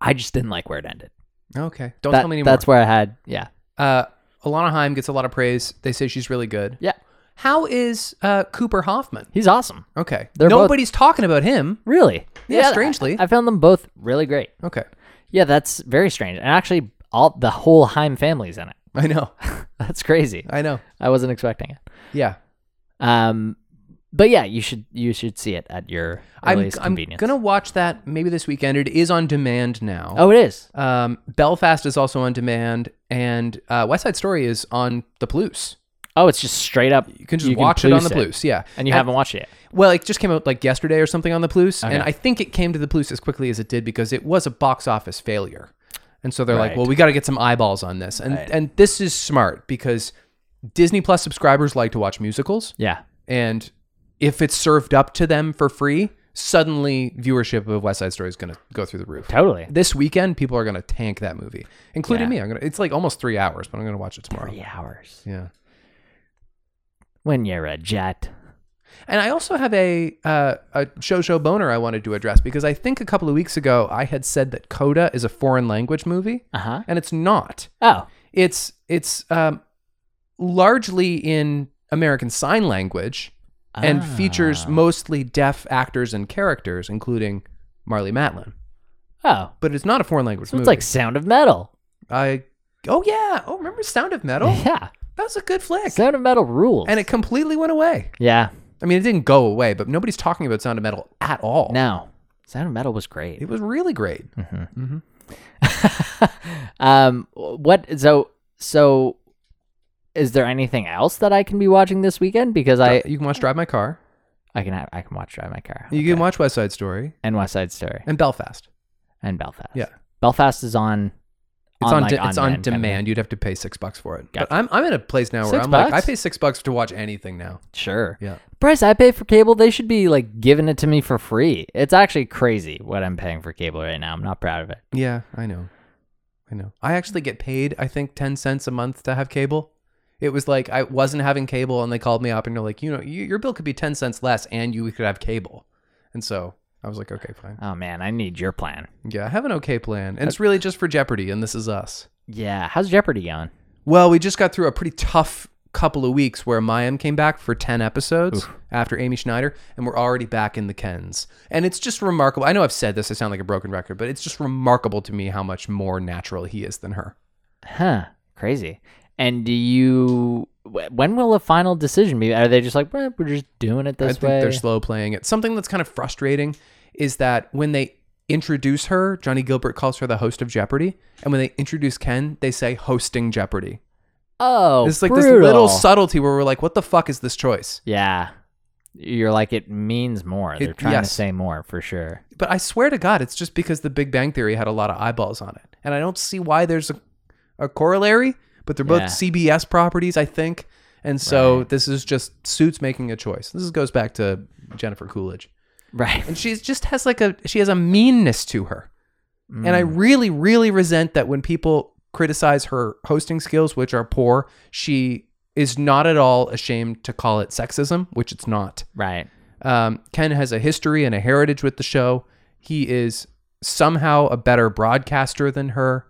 [SPEAKER 2] i just didn't like where it ended
[SPEAKER 1] Okay. Don't
[SPEAKER 2] That-
[SPEAKER 1] tell me anymore.
[SPEAKER 2] that's where i had yeah
[SPEAKER 1] Uh, Alana Heim gets a lot of praise. They say she's really good.
[SPEAKER 2] Yeah.
[SPEAKER 1] How is uh, Cooper Hoffman?
[SPEAKER 2] he's awesome
[SPEAKER 1] Okay.
[SPEAKER 2] They're both-
[SPEAKER 1] Nobody's talking about him.
[SPEAKER 2] really
[SPEAKER 1] Yeah, strangely.
[SPEAKER 2] I, I found them both really great
[SPEAKER 1] Okay.
[SPEAKER 2] yeah that's very strange and actually all the whole heim family's in it
[SPEAKER 1] I know.
[SPEAKER 2] that's crazy
[SPEAKER 1] I know.
[SPEAKER 2] i wasn't expecting it
[SPEAKER 1] Yeah.
[SPEAKER 2] um but yeah you should you should see it at your
[SPEAKER 1] I'm,
[SPEAKER 2] earliest
[SPEAKER 1] I'm
[SPEAKER 2] convenience
[SPEAKER 1] gonna watch that maybe this weekend. It is on demand now.
[SPEAKER 2] oh it is
[SPEAKER 1] Um, Belfast is also on demand, and uh, West Side Story is on the Plus.
[SPEAKER 2] oh it's just straight up
[SPEAKER 1] You can just watch it on the Plus. Yeah.
[SPEAKER 2] and you haven't watched it yet
[SPEAKER 1] Well, it just came out like yesterday or something on the Plus, and I think it came to the Plus as quickly as it did because it was a box office failure. And so they're like,
[SPEAKER 2] Right.
[SPEAKER 1] well, we got to get some eyeballs on this. And and this is smart because Disney Plus subscribers like to watch musicals,
[SPEAKER 2] yeah
[SPEAKER 1] and if it's served up to them for free, suddenly viewership of West Side Story is going to go through the roof.
[SPEAKER 2] totally
[SPEAKER 1] This weekend, people are going to tank that movie, including
[SPEAKER 2] Yeah. Oh,
[SPEAKER 1] me. I'm gonna. It's like almost three hours, but I'm going to watch it tomorrow.
[SPEAKER 2] three hours
[SPEAKER 1] Yeah.
[SPEAKER 2] when you're a jet
[SPEAKER 1] And I also have a uh, a show show boner I wanted to address because I think a couple of weeks ago I had said that Coda is a foreign language movie,
[SPEAKER 2] uh-huh
[SPEAKER 1] and it's not.
[SPEAKER 2] Oh,
[SPEAKER 1] It's it's um, largely in American Sign Language and
[SPEAKER 2] Ah.
[SPEAKER 1] features mostly deaf actors and characters, including Marley Matlin.
[SPEAKER 2] oh,
[SPEAKER 1] But it's not a foreign language
[SPEAKER 2] so
[SPEAKER 1] movie.
[SPEAKER 2] it's like Sound of Metal.
[SPEAKER 1] I oh yeah oh remember Sound of Metal
[SPEAKER 2] Yeah,
[SPEAKER 1] that was a good flick,
[SPEAKER 2] Sound of Metal rules.
[SPEAKER 1] and it completely went away.
[SPEAKER 2] yeah,
[SPEAKER 1] I mean, it didn't go away, but nobody's talking about Sound of Metal at all.
[SPEAKER 2] no, Sound of Metal was great. Mm-hmm.
[SPEAKER 1] It Mm-hmm. was really great.
[SPEAKER 2] um, what? So, so, is there anything else that I can be watching this weekend? Because I,
[SPEAKER 1] you can watch Drive My Car.
[SPEAKER 2] I can, have, I can watch Drive My Car.
[SPEAKER 1] You
[SPEAKER 2] Okay.
[SPEAKER 1] can watch West Side Story
[SPEAKER 2] and West Side Story
[SPEAKER 1] and Belfast.
[SPEAKER 2] and Belfast.
[SPEAKER 1] Yeah.
[SPEAKER 2] Belfast is on.
[SPEAKER 1] It's on,
[SPEAKER 2] like,
[SPEAKER 1] de- it's on
[SPEAKER 2] demand, kind of
[SPEAKER 1] demand.
[SPEAKER 2] thing.
[SPEAKER 1] You'd have to pay six bucks for it.
[SPEAKER 2] Gotcha.
[SPEAKER 1] But I'm I'm in a place now where
[SPEAKER 2] Six
[SPEAKER 1] I'm like
[SPEAKER 2] bucks?
[SPEAKER 1] I pay six bucks to watch anything now.
[SPEAKER 2] Sure.
[SPEAKER 1] Yeah.
[SPEAKER 2] Price I pay for cable, they should be like giving it to me for free. It's actually crazy what I'm paying for cable right now. I'm not proud of it.
[SPEAKER 1] Yeah, I know. I know. I actually get paid. I think ten cents a month to have cable. It was like I wasn't having cable, and they called me up and they're like, you know, you, your bill could be ten cents less, and you could have cable. And so I was like, okay, fine.
[SPEAKER 2] Oh man, I need your plan.
[SPEAKER 1] Yeah, I have an okay plan, and it's really just for Jeopardy, and this is us.
[SPEAKER 2] Yeah. How's Jeopardy going?
[SPEAKER 1] Well, we just got through a pretty tough couple of weeks where Mayim came back for 10 episodes after Amy Schneider, and we're already back in the Kens. And it's just remarkable. I know I've said this, I sound like a broken record, but it's just remarkable to me how much more natural he is than her.
[SPEAKER 2] Huh. Crazy. And do you? wh- When will a final decision be? Are they just like "Eh, we're just doing it
[SPEAKER 1] I
[SPEAKER 2] this
[SPEAKER 1] think
[SPEAKER 2] way?
[SPEAKER 1] they're slow playing it. Something that's kind of frustrating is that when they introduce her, Johnny Gilbert calls her the host of Jeopardy. And when they introduce Ken, they say hosting Jeopardy.
[SPEAKER 2] oh,
[SPEAKER 1] It's like
[SPEAKER 2] brutal.
[SPEAKER 1] this little subtlety where we're like, what the fuck is this choice?
[SPEAKER 2] Yeah. You're like it means more. They're trying
[SPEAKER 1] yes.
[SPEAKER 2] to say more for sure.
[SPEAKER 1] But I swear to God, it's just because the Big Bang Theory had a lot of eyeballs on it. And I don't see why there's a, a corollary, but they're both
[SPEAKER 2] Yeah.
[SPEAKER 1] CBS properties, I think. And so this is just Suits making a choice. This is, goes back to Jennifer Coolidge.
[SPEAKER 2] Right.
[SPEAKER 1] And she just has like a, she has a meanness to her. And
[SPEAKER 2] Mm.
[SPEAKER 1] I really, really resent that when people criticize her hosting skills, which are poor, she is not at all ashamed to call it sexism, which it's not.
[SPEAKER 2] Right.
[SPEAKER 1] Um, Ken has a history and a heritage with the show. He is somehow a better broadcaster than her,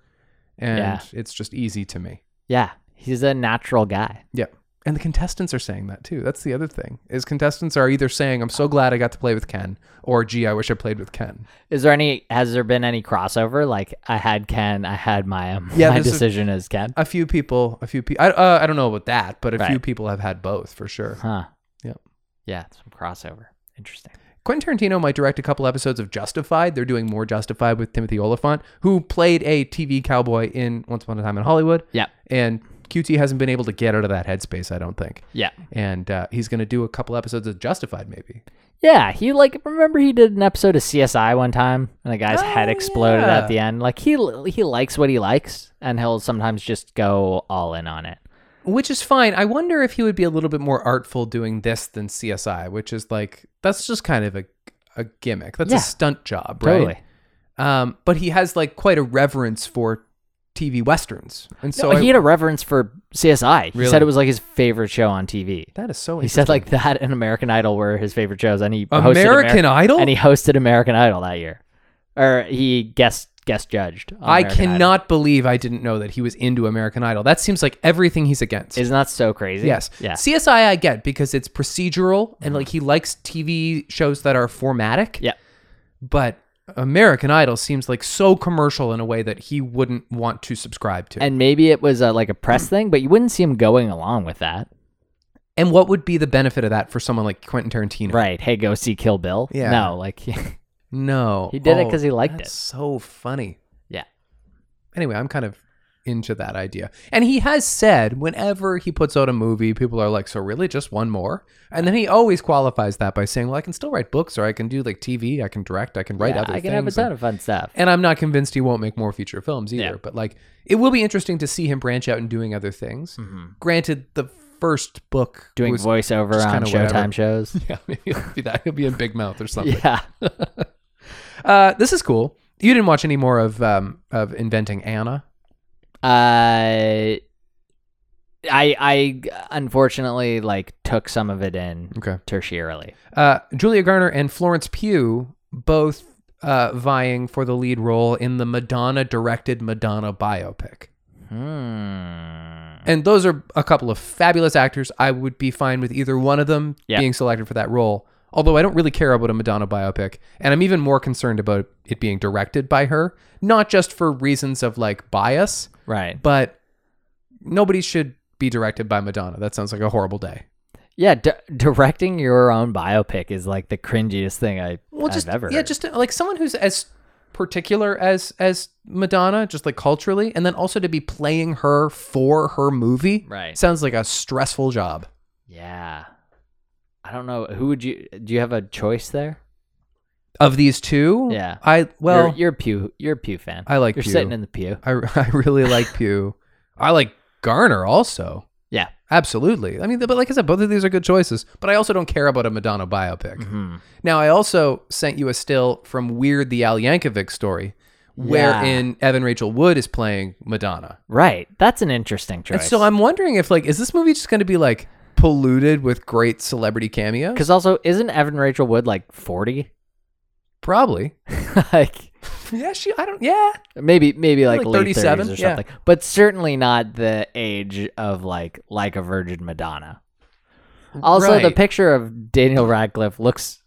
[SPEAKER 1] and
[SPEAKER 2] Yeah.
[SPEAKER 1] it's just easy to me.
[SPEAKER 2] Yeah. He's a natural guy.
[SPEAKER 1] Yep. And the contestants are saying that too. That's the other thing. Is contestants are either saying, "I'm so glad I got to play with Ken," or "Gee, I wish I played with Ken."
[SPEAKER 2] Is there any? Has there been any crossover? Like I had Ken, I had my um,
[SPEAKER 1] Yeah,
[SPEAKER 2] my
[SPEAKER 1] this is-
[SPEAKER 2] decision is Ken.
[SPEAKER 1] A few people, a few people. I, uh, I don't know about that, but a few
[SPEAKER 2] Right.
[SPEAKER 1] people have had both for sure.
[SPEAKER 2] Huh.
[SPEAKER 1] Yep.
[SPEAKER 2] Yeah, some crossover. Interesting.
[SPEAKER 1] Quentin Tarantino might direct a couple episodes of Justified. They're doing more Justified with Timothy Oliphant, who played a TV cowboy in Once Upon a Time in Hollywood.
[SPEAKER 2] Yeah.
[SPEAKER 1] And QT hasn't been able to get out of that headspace, I don't think.
[SPEAKER 2] Yeah.
[SPEAKER 1] And uh, he's going to do a couple episodes of Justified, maybe.
[SPEAKER 2] Yeah, he like remember he did an episode of CSI one time, and the guy's
[SPEAKER 1] Oh,
[SPEAKER 2] head exploded
[SPEAKER 1] yeah.
[SPEAKER 2] at the end. Like he he likes what he likes, and he'll sometimes just go all in on it.
[SPEAKER 1] Which is fine. I wonder if he would be a little bit more artful doing this than CSI, which is like, that's just kind of a, a gimmick. That's
[SPEAKER 2] Yeah.
[SPEAKER 1] a stunt job, right?
[SPEAKER 2] Totally.
[SPEAKER 1] Um, but he has like quite a reverence for TV westerns. And so
[SPEAKER 2] No,
[SPEAKER 1] I-
[SPEAKER 2] he had a reverence for CSI. He
[SPEAKER 1] Really?
[SPEAKER 2] said it was like his favorite show on TV.
[SPEAKER 1] that is so
[SPEAKER 2] He said like that and American Idol were his favorite shows, and he hosted
[SPEAKER 1] American Idol?
[SPEAKER 2] and he hosted American Idol that year, or he guest guest judged. on
[SPEAKER 1] I
[SPEAKER 2] American Idol.
[SPEAKER 1] cannot believe I didn't know that he was into American Idol. That seems like everything he's against.
[SPEAKER 2] Isn't that so crazy?
[SPEAKER 1] yes.
[SPEAKER 2] Yeah. Mm-hmm.
[SPEAKER 1] CSI I get because it's procedural and like he likes TV shows that are formatic.
[SPEAKER 2] Yeah.
[SPEAKER 1] But American Idol seems like so commercial in a way that he wouldn't want to subscribe to. And,
[SPEAKER 2] and maybe it was uh, like a press thing, but you wouldn't see him going along with that.
[SPEAKER 1] what would be the benefit of that for someone like Quentin Tarantino?
[SPEAKER 2] Right. Hey, go see Kill Bill.
[SPEAKER 1] Yeah.
[SPEAKER 2] No, like
[SPEAKER 1] No. Oh,
[SPEAKER 2] He did it 'cause he liked
[SPEAKER 1] that's
[SPEAKER 2] it.
[SPEAKER 1] So funny.
[SPEAKER 2] Yeah.
[SPEAKER 1] Anyway, I'm kind of into that idea. And he has said whenever he puts out a movie, people are like, "So really, just one more?" And then he always qualifies that by saying, "Well, I can still write books, or I can do like TV, I can direct, I can write
[SPEAKER 2] yeah,
[SPEAKER 1] other
[SPEAKER 2] I can
[SPEAKER 1] things."
[SPEAKER 2] have a ton
[SPEAKER 1] And-
[SPEAKER 2] of fun stuff.
[SPEAKER 1] and I'm not convinced he won't make more feature films either.
[SPEAKER 2] Yeah.
[SPEAKER 1] But like, it will be interesting to see him branch out and doing other things. Granted, the first book
[SPEAKER 2] Hmm. Mm-hmm. Doing
[SPEAKER 1] was,
[SPEAKER 2] voiceover
[SPEAKER 1] just
[SPEAKER 2] on
[SPEAKER 1] kinda whatever.
[SPEAKER 2] Showtime shows.
[SPEAKER 1] yeah, maybe it'll be that. He'll be in Big Mouth or something.
[SPEAKER 2] yeah.
[SPEAKER 1] Uh, this is cool. You didn't watch any more of um, of Inventing Anna.
[SPEAKER 2] Uh, I I unfortunately like took some of it in
[SPEAKER 1] Okay.
[SPEAKER 2] tertiarily.
[SPEAKER 1] Uh, Julia Garner and Florence Pugh both uh, vying for the lead role in the Madonna directed Madonna biopic.
[SPEAKER 2] Hmm.
[SPEAKER 1] And those are a couple of fabulous actors. I would be fine with either one of them
[SPEAKER 2] Yeah.
[SPEAKER 1] being selected for that role. Although I don't really care about a Madonna biopic, and I'm even more concerned about it being directed by her, not just for reasons of like bias,
[SPEAKER 2] Right.
[SPEAKER 1] but nobody should be directed by Madonna. That sounds like a horrible day.
[SPEAKER 2] Yeah. D- directing your own biopic is like the cringiest thing I
[SPEAKER 1] well,
[SPEAKER 2] I've
[SPEAKER 1] just
[SPEAKER 2] ever.
[SPEAKER 1] yeah,
[SPEAKER 2] heard.
[SPEAKER 1] just like someone who's as particular as as Madonna, just like culturally, and then also to be playing her for her movie,
[SPEAKER 2] Right.
[SPEAKER 1] Sounds like a stressful job.
[SPEAKER 2] yeah. I don't know who would you do you have a choice there?
[SPEAKER 1] Of these two,
[SPEAKER 2] Yeah.
[SPEAKER 1] I well,
[SPEAKER 2] you're, you're a pew you're a pew fan.
[SPEAKER 1] I like
[SPEAKER 2] you're
[SPEAKER 1] Pew.
[SPEAKER 2] sitting in the pew.
[SPEAKER 1] I I really like Pew. I like Garner also.
[SPEAKER 2] Yeah.
[SPEAKER 1] Absolutely. I mean, but like I said, both of these are good choices. But I also don't care about a Madonna biopic.
[SPEAKER 2] Hmm.
[SPEAKER 1] Now, I also sent you a still from Weird the Al Yankovic story, wherein Evan Rachel Wood is playing Madonna.
[SPEAKER 2] Right. That's an interesting choice.
[SPEAKER 1] And so I'm wondering if like is this movie just going to be like polluted with great celebrity cameos?
[SPEAKER 2] because also isn't Evan Rachel Wood like forty?
[SPEAKER 1] Probably.
[SPEAKER 2] like
[SPEAKER 1] Yeah, she. I don't. Yeah.
[SPEAKER 2] maybe maybe like,
[SPEAKER 1] Like
[SPEAKER 2] late
[SPEAKER 1] 37,
[SPEAKER 2] 30s or
[SPEAKER 1] yeah.
[SPEAKER 2] something, but certainly not the age of like like a Virgin Madonna. Also, the
[SPEAKER 1] Right.
[SPEAKER 2] picture of Daniel Radcliffe looks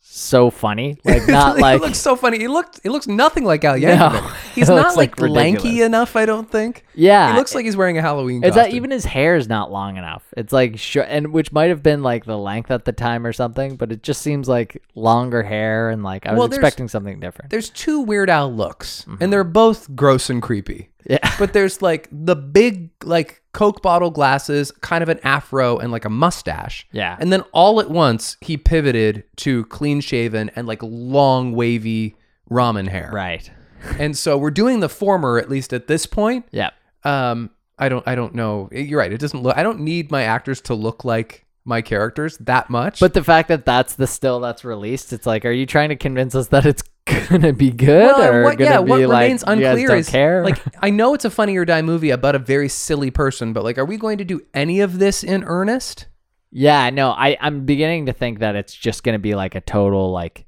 [SPEAKER 2] so funny, like
[SPEAKER 1] It's
[SPEAKER 2] not
[SPEAKER 1] like-
[SPEAKER 2] like
[SPEAKER 1] it looks so funny. He looked. It looks nothing like Al Yankovic. He's
[SPEAKER 2] It
[SPEAKER 1] not
[SPEAKER 2] looks,
[SPEAKER 1] like,
[SPEAKER 2] like,
[SPEAKER 1] lanky
[SPEAKER 2] ridiculous.
[SPEAKER 1] enough. I don't think.
[SPEAKER 2] yeah.
[SPEAKER 1] He looks like he's wearing a Halloween.
[SPEAKER 2] Is
[SPEAKER 1] costume.
[SPEAKER 2] that even his hair is not long enough? It's like short, and which might have been like the length at the time or something, but it just seems like longer hair and like I was
[SPEAKER 1] Well, there's-
[SPEAKER 2] expecting something different.
[SPEAKER 1] There's two Weird Al looks,
[SPEAKER 2] Mm-hmm.
[SPEAKER 1] and they're both gross and creepy.
[SPEAKER 2] Yeah,
[SPEAKER 1] But there's like the big like Coke bottle glasses, kind of an afro, and like a mustache.
[SPEAKER 2] yeah,
[SPEAKER 1] And then all at once, he pivoted to clean shaven and like long wavy ramen hair.
[SPEAKER 2] right.
[SPEAKER 1] And so we're doing the former at least at this point.
[SPEAKER 2] Yeah,
[SPEAKER 1] Um, I don't, I don't know. You're right. It doesn't look. I don't need my actors to look like my characters that much.
[SPEAKER 2] but the fact that that's the still that's released, it's like, are you trying to convince us that it's gonna be good
[SPEAKER 1] Well, and
[SPEAKER 2] or
[SPEAKER 1] what,
[SPEAKER 2] gonna
[SPEAKER 1] yeah,
[SPEAKER 2] be
[SPEAKER 1] what
[SPEAKER 2] like
[SPEAKER 1] remains
[SPEAKER 2] you guys
[SPEAKER 1] unclear
[SPEAKER 2] don't
[SPEAKER 1] is
[SPEAKER 2] care?
[SPEAKER 1] like I know it's a funny or die movie about a very silly person, but like, are we going to do any of this in earnest?
[SPEAKER 2] yeah, no, I I'm beginning to think that it's just gonna be like a total like,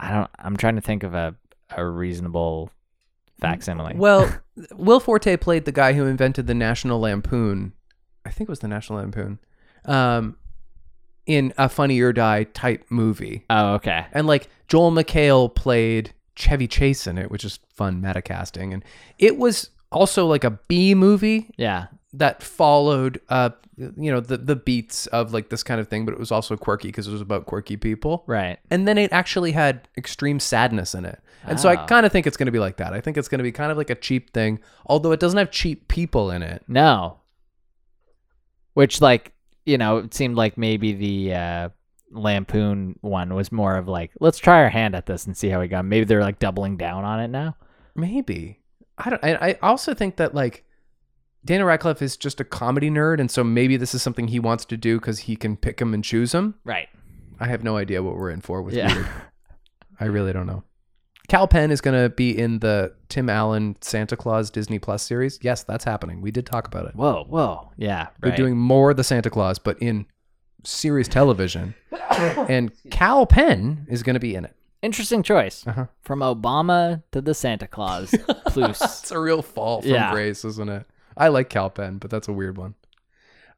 [SPEAKER 2] I don't. I'm trying to think of a a reasonable facsimile.
[SPEAKER 1] Well, Will Forte played the guy who invented the National Lampoon. I think it was the National Lampoon. Um, in a funny or die type movie,
[SPEAKER 2] oh, okay.
[SPEAKER 1] and like Joel McHale played Chevy Chase in it, which is fun metacasting, and it was also like a B movie
[SPEAKER 2] Yeah.
[SPEAKER 1] that followed uh you know the the beats of like this kind of thing but it was also quirky because it was about quirky people
[SPEAKER 2] Right.
[SPEAKER 1] and then it actually had extreme sadness in it and so i
[SPEAKER 2] Ah.
[SPEAKER 1] kind of think it's going to be like that i think it's going to be kind of like a cheap thing although it doesn't have cheap people in it
[SPEAKER 2] No. Which like, you know, it seemed like maybe the uh Lampoon one was more of like, let's try our hand at this and see how we go. Maybe they're like doubling down on it now.
[SPEAKER 1] maybe i don't and i also think that like daniel radcliffe is just a comedy nerd and so maybe this is something he wants to do because he can pick him and choose him
[SPEAKER 2] Right.
[SPEAKER 1] i have no idea what we're in for with
[SPEAKER 2] Yeah.
[SPEAKER 1] weird I really don't know. Cal Penn is going to be in the Tim Allen Santa Claus Disney Plus series. Yes, that's happening. We did talk about it.
[SPEAKER 2] Whoa, whoa. Yeah.
[SPEAKER 1] They're
[SPEAKER 2] right.
[SPEAKER 1] doing more of the Santa Claus, but in series television. and Cal Penn is going to be in it.
[SPEAKER 2] interesting choice.
[SPEAKER 1] Uh-huh.
[SPEAKER 2] From Obama to the Santa Claus. Plus.
[SPEAKER 1] It's a real fall from
[SPEAKER 2] Yeah.
[SPEAKER 1] grace, isn't it? I like Cal Penn, but that's a weird one.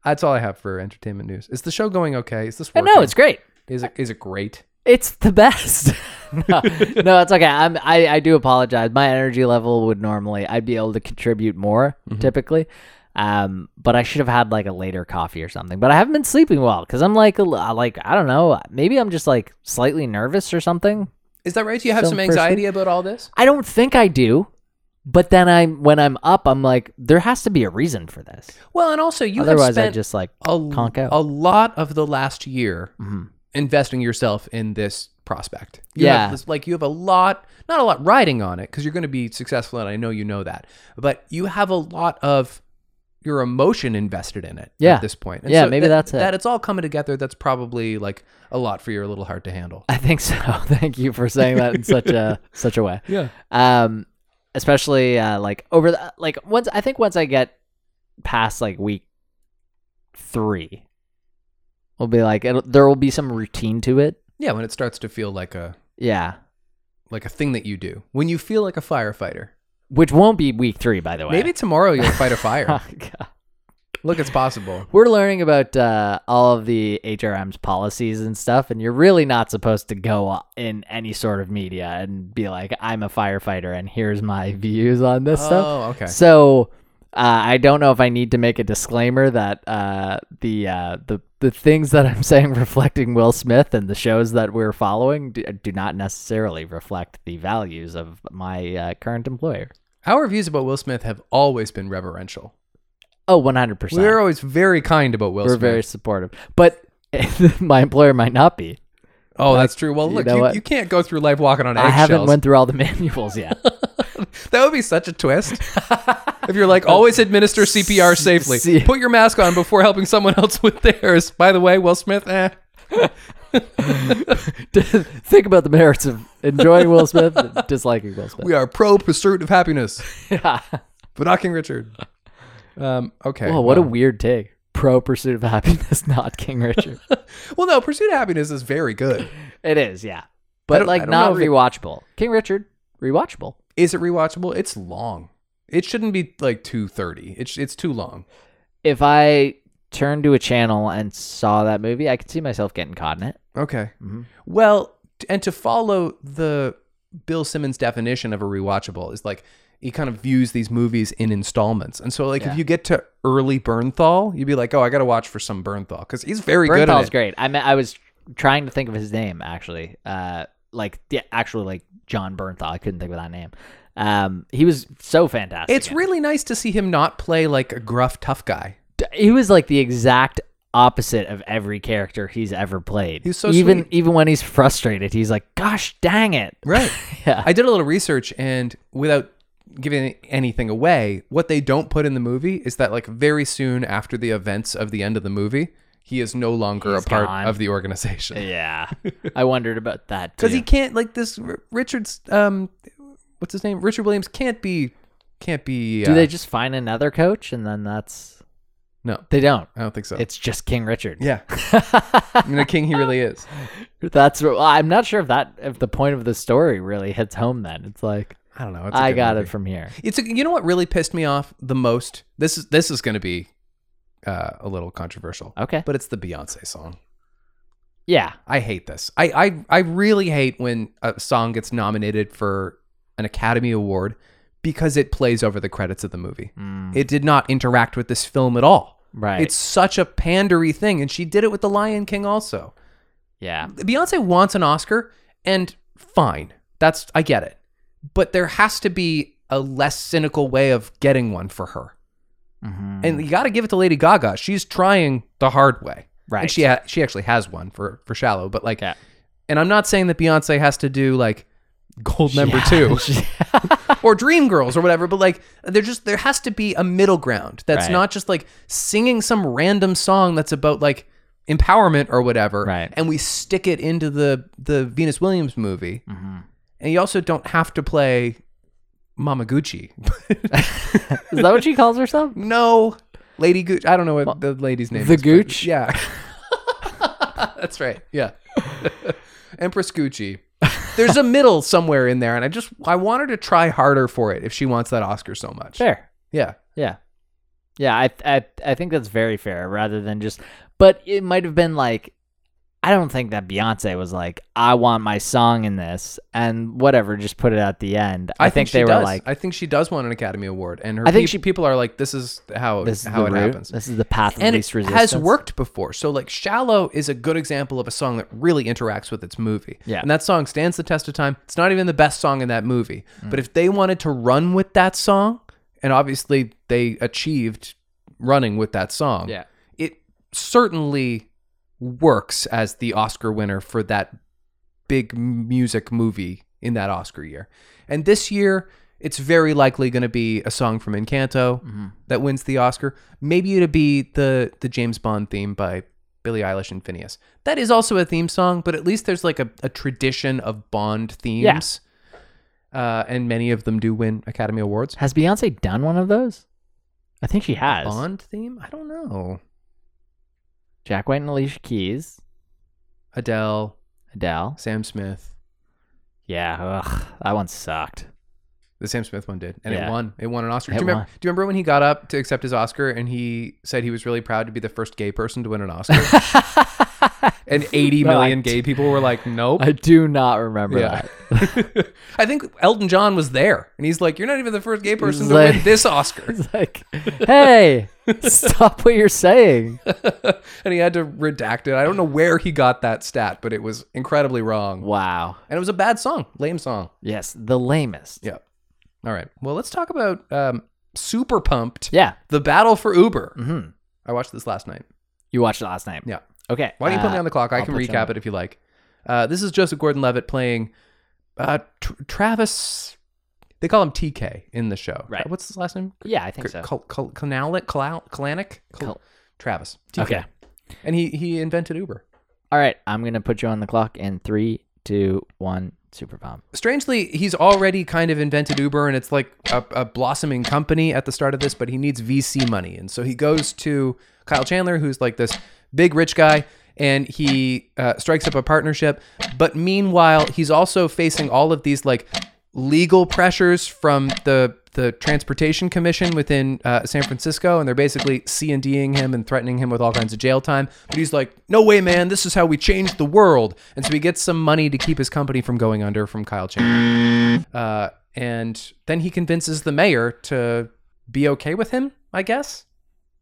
[SPEAKER 1] That's all I have for entertainment news. Is the show going okay? Is this
[SPEAKER 2] I
[SPEAKER 1] working?
[SPEAKER 2] know, it's great.
[SPEAKER 1] is it is it great?
[SPEAKER 2] It's the best. no, no, it's okay. I'm, I I do apologize. My energy level would normally I'd be able to contribute more
[SPEAKER 1] Mm-hmm.
[SPEAKER 2] typically, um, but I should have had like a later coffee or something. But I haven't been sleeping well because I'm like a li- uh, like I don't know. Maybe I'm just like slightly nervous or something.
[SPEAKER 1] Is that right? Do you have
[SPEAKER 2] Some
[SPEAKER 1] some
[SPEAKER 2] first-
[SPEAKER 1] anxiety about all this?
[SPEAKER 2] I don't think I do, but then I when I'm up, I'm like there has to be a reason for this.
[SPEAKER 1] Well, and also you have
[SPEAKER 2] Otherwise,
[SPEAKER 1] spent
[SPEAKER 2] I just like mm-hmm.
[SPEAKER 1] a,
[SPEAKER 2] conk out.
[SPEAKER 1] a lot of the last year investing yourself in this prospect. You
[SPEAKER 2] Yeah.
[SPEAKER 1] Have this, like you have a lot, not a lot riding on it because you're going to be successful. And I know you know that, but you have a lot of your emotion invested in it
[SPEAKER 2] Yeah.
[SPEAKER 1] at this point.
[SPEAKER 2] Yeah, maybe that's it.
[SPEAKER 1] That it's all coming together. That's probably like a lot for your little heart to handle.
[SPEAKER 2] I think so. Thank you for saying that in such a such a way.
[SPEAKER 1] Yeah.
[SPEAKER 2] um especially uh like over the like once i think once i get past like week three we'll be like it'll, there will be some routine to it
[SPEAKER 1] Yeah. When it starts to feel like a,
[SPEAKER 2] yeah
[SPEAKER 1] like a thing that you do when you feel like a firefighter.
[SPEAKER 2] which won't be week three by the way
[SPEAKER 1] Maybe tomorrow you'll fight a fire.
[SPEAKER 2] Oh, God.
[SPEAKER 1] Look, it's possible.
[SPEAKER 2] we're learning about uh, all of the hrm's policies and stuff and you're really not supposed to go in any sort of media and be like i'm a firefighter and here's my views on this stuff
[SPEAKER 1] Oh, okay.
[SPEAKER 2] So uh, I don't know if I need to make a disclaimer that uh, the uh, the the things that I'm saying reflecting Will Smith and the shows that we're following do, do not necessarily reflect the values of my uh, current employer.
[SPEAKER 1] Our views about Will Smith have always been reverential.
[SPEAKER 2] Oh, 100 percent.
[SPEAKER 1] We're
[SPEAKER 2] We're
[SPEAKER 1] always very kind about Will Smith.
[SPEAKER 2] very supportive, but my employer might not be.
[SPEAKER 1] oh, that's true. Well,
[SPEAKER 2] You
[SPEAKER 1] look,
[SPEAKER 2] know
[SPEAKER 1] you,
[SPEAKER 2] what?
[SPEAKER 1] you can't go through life walking on
[SPEAKER 2] I haven't
[SPEAKER 1] eggshells.
[SPEAKER 2] went through all the manuals yet.
[SPEAKER 1] that would be such a twist. if you're like, always administer CPR safely.
[SPEAKER 2] See-
[SPEAKER 1] Put your mask on before helping someone else with theirs. By the way, Will Smith, eh.
[SPEAKER 2] Think about the merits of enjoying Will Smith, and disliking Will Smith.
[SPEAKER 1] We are pro pursuit of happiness. But not King Richard. Um, okay.
[SPEAKER 2] Whoa, what a weird take. Pro pursuit of happiness, not King Richard.
[SPEAKER 1] well, no, pursuit of happiness is very good.
[SPEAKER 2] It is, yeah.
[SPEAKER 1] I
[SPEAKER 2] But
[SPEAKER 1] don't- I
[SPEAKER 2] like
[SPEAKER 1] don't
[SPEAKER 2] not
[SPEAKER 1] know if it-
[SPEAKER 2] rewatchable. King Richard, rewatchable.
[SPEAKER 1] Is it rewatchable? It's long. It shouldn't be like 230. It's, it's too long.
[SPEAKER 2] If I turned to a channel and saw that movie, I could see myself getting caught in it.
[SPEAKER 1] Okay. Well, t- and to follow the Bill Simmons definition of a rewatchable is like he kind of views these movies in installments. And so like
[SPEAKER 2] Yeah.
[SPEAKER 1] if you get to early Bernthal, you'd be like, "Oh, I got to watch for some Bernthal cuz he's very good at
[SPEAKER 2] Bernthal's
[SPEAKER 1] it."
[SPEAKER 2] great. I mean, I was trying to think of his name actually. Uh like the actual like John Bernthal. I couldn't think of that name. Um he was so fantastic.
[SPEAKER 1] It's
[SPEAKER 2] in it.
[SPEAKER 1] really nice to see him not play like a gruff tough guy.
[SPEAKER 2] he was like the exact opposite of every character he's ever played.
[SPEAKER 1] He's so
[SPEAKER 2] even
[SPEAKER 1] sweet.
[SPEAKER 2] even when he's frustrated, he's like, "Gosh dang it!"
[SPEAKER 1] Right.
[SPEAKER 2] Yeah.
[SPEAKER 1] I did a little research and without giving anything away, what they don't put in the movie is that like very soon after the events of the end of the movie, he is no longer
[SPEAKER 2] He's
[SPEAKER 1] a part
[SPEAKER 2] gone.
[SPEAKER 1] of the organization.
[SPEAKER 2] Yeah, I wondered about that too.
[SPEAKER 1] because he can't like this R- Richard's um what's his name Richard Williams can't be can't be uh,
[SPEAKER 2] Do they just find another coach and then that's
[SPEAKER 1] no
[SPEAKER 2] they don't.
[SPEAKER 1] I don't think so
[SPEAKER 2] It's just King Richard.
[SPEAKER 1] yeah I mean, the king he really is
[SPEAKER 2] that's. Well, I'm not sure if that if the point of the story really hits home. Then it's like
[SPEAKER 1] I don't know it's a
[SPEAKER 2] I
[SPEAKER 1] good
[SPEAKER 2] got
[SPEAKER 1] movie.
[SPEAKER 2] it from here.
[SPEAKER 1] it's a, you know what really pissed me off the most this is this is gonna be uh, a little controversial
[SPEAKER 2] Okay.
[SPEAKER 1] but it's the Beyonce song
[SPEAKER 2] Yeah.
[SPEAKER 1] I hate this I I I really hate when a song gets nominated for an Academy Award because it plays over the credits of the movie.
[SPEAKER 2] Hmm.
[SPEAKER 1] It did not interact with this film at all.
[SPEAKER 2] Mm, Right.
[SPEAKER 1] It's such a pandery thing, and she did it with The Lion King also.
[SPEAKER 2] yeah.
[SPEAKER 1] Beyonce wants an Oscar, and fine. That's I get it. But there has to be a less cynical way of getting one for her.
[SPEAKER 2] Mhm.
[SPEAKER 1] And you got to give it to Lady Gaga. She's trying the hard way.
[SPEAKER 2] Right.
[SPEAKER 1] And she ha- she actually has one for for Shallow, but like
[SPEAKER 2] Yeah.
[SPEAKER 1] and I'm not saying that Beyonce has to do like Gold Member
[SPEAKER 2] Yeah.
[SPEAKER 1] 2 or Dreamgirls or whatever, but like there just there has to be a middle ground that's
[SPEAKER 2] Right.
[SPEAKER 1] not just like singing some random song that's about like empowerment or whatever
[SPEAKER 2] Right.
[SPEAKER 1] and we stick it into the the Venus Williams movie.
[SPEAKER 2] Mhm.
[SPEAKER 1] And you also don't have to play Mamaguchi.
[SPEAKER 2] Is that what she calls herself?
[SPEAKER 1] No, Lady Gooch. I don't know what the lady's name
[SPEAKER 2] the
[SPEAKER 1] is. but-
[SPEAKER 2] Gooch?
[SPEAKER 1] Yeah. That's right. Yeah. Empress Gucci. There's a middle somewhere in there, and I just I want her to try harder for it if she wants that Oscar so much.
[SPEAKER 2] Fair.
[SPEAKER 1] Yeah.
[SPEAKER 2] Yeah. Yeah, I I I think that's very fair rather than just but it might have been like I don't think that Beyonce was like I want my song in this and whatever just put it at the end. I, think,
[SPEAKER 1] she
[SPEAKER 2] they were
[SPEAKER 1] does.
[SPEAKER 2] like
[SPEAKER 1] I think she does want an Academy Award, and her
[SPEAKER 2] I think
[SPEAKER 1] peop-
[SPEAKER 2] she-
[SPEAKER 1] people are like, this is how
[SPEAKER 2] this is
[SPEAKER 1] how
[SPEAKER 2] the
[SPEAKER 1] it
[SPEAKER 2] route.
[SPEAKER 1] happens.
[SPEAKER 2] This is the path of
[SPEAKER 1] and it
[SPEAKER 2] least resistance.
[SPEAKER 1] has worked before. So like "Shallow" is a good example of a song that really interacts with its movie.
[SPEAKER 2] Yeah.
[SPEAKER 1] and that song stands the test of time. It's not even the best song in that movie,
[SPEAKER 2] Mm.
[SPEAKER 1] but if they wanted to run with that song, and obviously they achieved running with that song.
[SPEAKER 2] Yeah.
[SPEAKER 1] it certainly works as the Oscar winner for that big music movie in that Oscar year. And this year, it's very likely going to be a song from Encanto
[SPEAKER 2] Mm-hmm.
[SPEAKER 1] that wins the Oscar. Maybe it'll be the the James Bond theme by Billie Eilish and Phineas. That is also a theme song, but at least there's like a, a tradition of Bond themes. Uh, and many of them do win Academy Awards.
[SPEAKER 2] Has Beyonce done one of those? I think she has.
[SPEAKER 1] Bond theme? I don't know.
[SPEAKER 2] Jack White and Alicia Keys,
[SPEAKER 1] Adele,
[SPEAKER 2] Adele.
[SPEAKER 1] Sam Smith.
[SPEAKER 2] Yeah, ugh, that one sucked.
[SPEAKER 1] The Sam Smith one did, and
[SPEAKER 2] Yeah.
[SPEAKER 1] it won. It won an Oscar.
[SPEAKER 2] It
[SPEAKER 1] do, you remember,
[SPEAKER 2] won.
[SPEAKER 1] do you remember when he got up to accept his Oscar and he said he was really proud to be the first gay person to win an Oscar? and 80
[SPEAKER 2] No, I
[SPEAKER 1] million
[SPEAKER 2] d-
[SPEAKER 1] gay people were like, "Nope."
[SPEAKER 2] I do not remember
[SPEAKER 1] Yeah.
[SPEAKER 2] that.
[SPEAKER 1] I think Elton John was there, and he's like, "You're not even the first gay person to
[SPEAKER 2] like-
[SPEAKER 1] win this Oscar,"
[SPEAKER 2] It's like, hey, stop what you're saying.
[SPEAKER 1] and he had to redact it. I don't know where he got that stat, but it was incredibly wrong,
[SPEAKER 2] Wow.
[SPEAKER 1] and it was a bad song, lame song.
[SPEAKER 2] Yes, the lamest.
[SPEAKER 1] Yeah. All right. Well, let's talk about um, Super Pumped.
[SPEAKER 2] Yeah.
[SPEAKER 1] The battle for Uber.
[SPEAKER 2] hmm
[SPEAKER 1] I watched this last night.
[SPEAKER 2] You watched it last night.
[SPEAKER 1] Yeah.
[SPEAKER 2] Okay.
[SPEAKER 1] Why don't you put me
[SPEAKER 2] uh,
[SPEAKER 1] on the clock? I
[SPEAKER 2] I'll
[SPEAKER 1] can
[SPEAKER 2] put you
[SPEAKER 1] recap
[SPEAKER 2] on.
[SPEAKER 1] it if you like. Uh, this is Joseph Gordon-Levitt playing uh, Tr- Travis. They call him TK in the show. Uh,
[SPEAKER 2] Right.
[SPEAKER 1] What's his last name?
[SPEAKER 2] Yeah, I think so.
[SPEAKER 1] Cl- Cl- Clanalic, Clal- Clanic, Cl-
[SPEAKER 2] Col-
[SPEAKER 1] Travis.
[SPEAKER 2] Okay.
[SPEAKER 1] And he he invented Uber.
[SPEAKER 2] All right. I'm gonna put you on the clock in three, two, one. Super bomb.
[SPEAKER 1] Strangely, he's already kind of invented Uber, and it's like a, a blossoming company at the start of this. But he needs VC money, and so he goes to Kyle Chandler, who's like this big rich guy, and he uh, strikes up a partnership. But meanwhile, he's also facing all of these like legal pressures from the the transportation commission within uh, San Francisco, and they're basically C and Ding him and threatening him with all kinds of jail time. But he's like, "No way, man! This is how we change the world." And so he gets some money to keep his company from going under from Kyle Chandler, uh, and then he convinces the mayor to be okay with him. I guess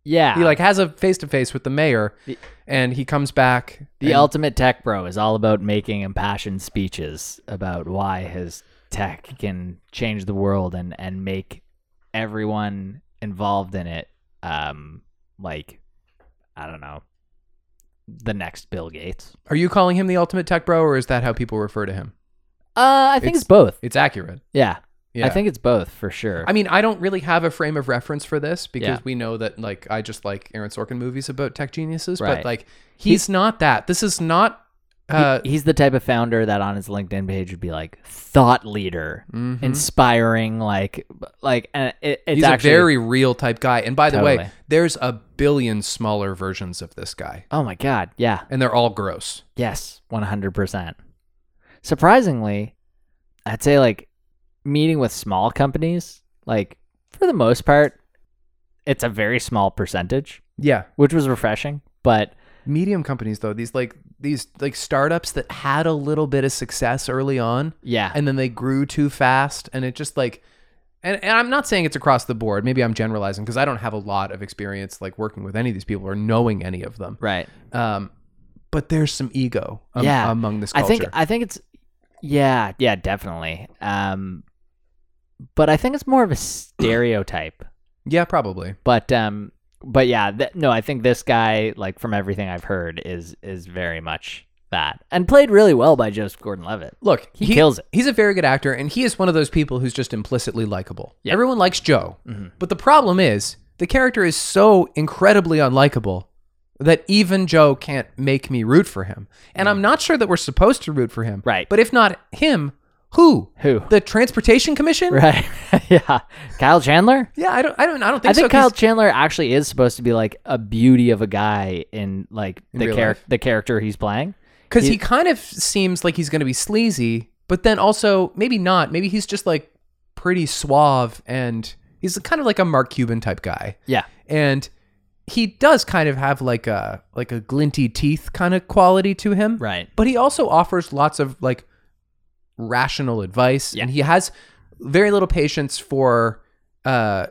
[SPEAKER 2] Yeah.
[SPEAKER 1] he like has a face to face with the mayor,
[SPEAKER 2] The-
[SPEAKER 1] and he comes back.
[SPEAKER 2] the
[SPEAKER 1] and-
[SPEAKER 2] ultimate tech bro is all about making impassioned speeches about why his tech can change the world and and make everyone involved in it um like I don't know the next Bill Gates.
[SPEAKER 1] Are you calling him the ultimate tech bro, or is that how people refer to him?
[SPEAKER 2] Uh, I think it's,
[SPEAKER 1] It's-
[SPEAKER 2] both.
[SPEAKER 1] It's accurate.
[SPEAKER 2] Yeah.
[SPEAKER 1] Yeah.
[SPEAKER 2] I think it's both for sure.
[SPEAKER 1] I mean, I don't really have a frame of reference for this because
[SPEAKER 2] Yeah.
[SPEAKER 1] we know that like I just like Aaron Sorkin movies about tech geniuses, but
[SPEAKER 2] Right.
[SPEAKER 1] like he's not that. This is not
[SPEAKER 2] He-
[SPEAKER 1] uh
[SPEAKER 2] he's the type of founder that on his LinkedIn page would be like thought leader,
[SPEAKER 1] mhm.
[SPEAKER 2] inspiring, like like and it, it's
[SPEAKER 1] he's
[SPEAKER 2] actually
[SPEAKER 1] a very real type guy. And by the way,
[SPEAKER 2] Totally.
[SPEAKER 1] there's a billion smaller versions of this guy.
[SPEAKER 2] Oh my god, yeah.
[SPEAKER 1] And they're all gross.
[SPEAKER 2] Yes, 100%. Surprisingly, I'd say like meeting with small companies, like for the most part, it's a very small percentage,
[SPEAKER 1] Yeah.
[SPEAKER 2] which was refreshing, but
[SPEAKER 1] Medium companies though, these like these like startups that had a little bit of success early on
[SPEAKER 2] yeah.
[SPEAKER 1] and then they grew too fast and it just like and, and I'm not saying it's across the board. Maybe I'm generalizing because I don't have a lot of experience like working with any of these people or knowing any of them.
[SPEAKER 2] Right.
[SPEAKER 1] Um, but there's some ego am-
[SPEAKER 2] Yeah.
[SPEAKER 1] among this
[SPEAKER 2] I
[SPEAKER 1] culture.
[SPEAKER 2] think I think it's yeah, yeah, definitely. Um but I think it's more of a stereotype.
[SPEAKER 1] yeah, probably.
[SPEAKER 2] But um but yeah, th- no, I think this guy like from everything I've heard is is very much that. And played really well by Joseph Gordon-Levitt.
[SPEAKER 1] Look,
[SPEAKER 2] He kills it.
[SPEAKER 1] He's a very good actor, and he is one of those people who's just implicitly likable.
[SPEAKER 2] Yeah.
[SPEAKER 1] Everyone likes Joe,
[SPEAKER 2] Mm-hmm.
[SPEAKER 1] but the problem is the character is so incredibly unlikable that even Joe can't make me root for him. And I'm not sure that we're supposed to root for him.
[SPEAKER 2] Hmm. Right.
[SPEAKER 1] But if not him, who?
[SPEAKER 2] Who?
[SPEAKER 1] The Transportation Commission?
[SPEAKER 2] Right. yeah. Kyle Chandler?
[SPEAKER 1] Yeah, I don't, I don't, I don't think
[SPEAKER 2] I think
[SPEAKER 1] so. 'cause-
[SPEAKER 2] Kyle Chandler actually is supposed to be like a beauty of a guy in like
[SPEAKER 1] In
[SPEAKER 2] the
[SPEAKER 1] real
[SPEAKER 2] char-
[SPEAKER 1] life.
[SPEAKER 2] the character he's playing.
[SPEAKER 1] because
[SPEAKER 2] He-
[SPEAKER 1] he kind of seems like he's going to be sleazy, but then also maybe not. Maybe he's just like pretty suave, and he's kind of like a Mark Cuban type guy,
[SPEAKER 2] Yeah.
[SPEAKER 1] and he does kind of have like a like a glinty teeth kind of quality to him,
[SPEAKER 2] Right.
[SPEAKER 1] But he also offers lots of like rational advice,
[SPEAKER 2] Yeah.
[SPEAKER 1] and he has very little patience for uh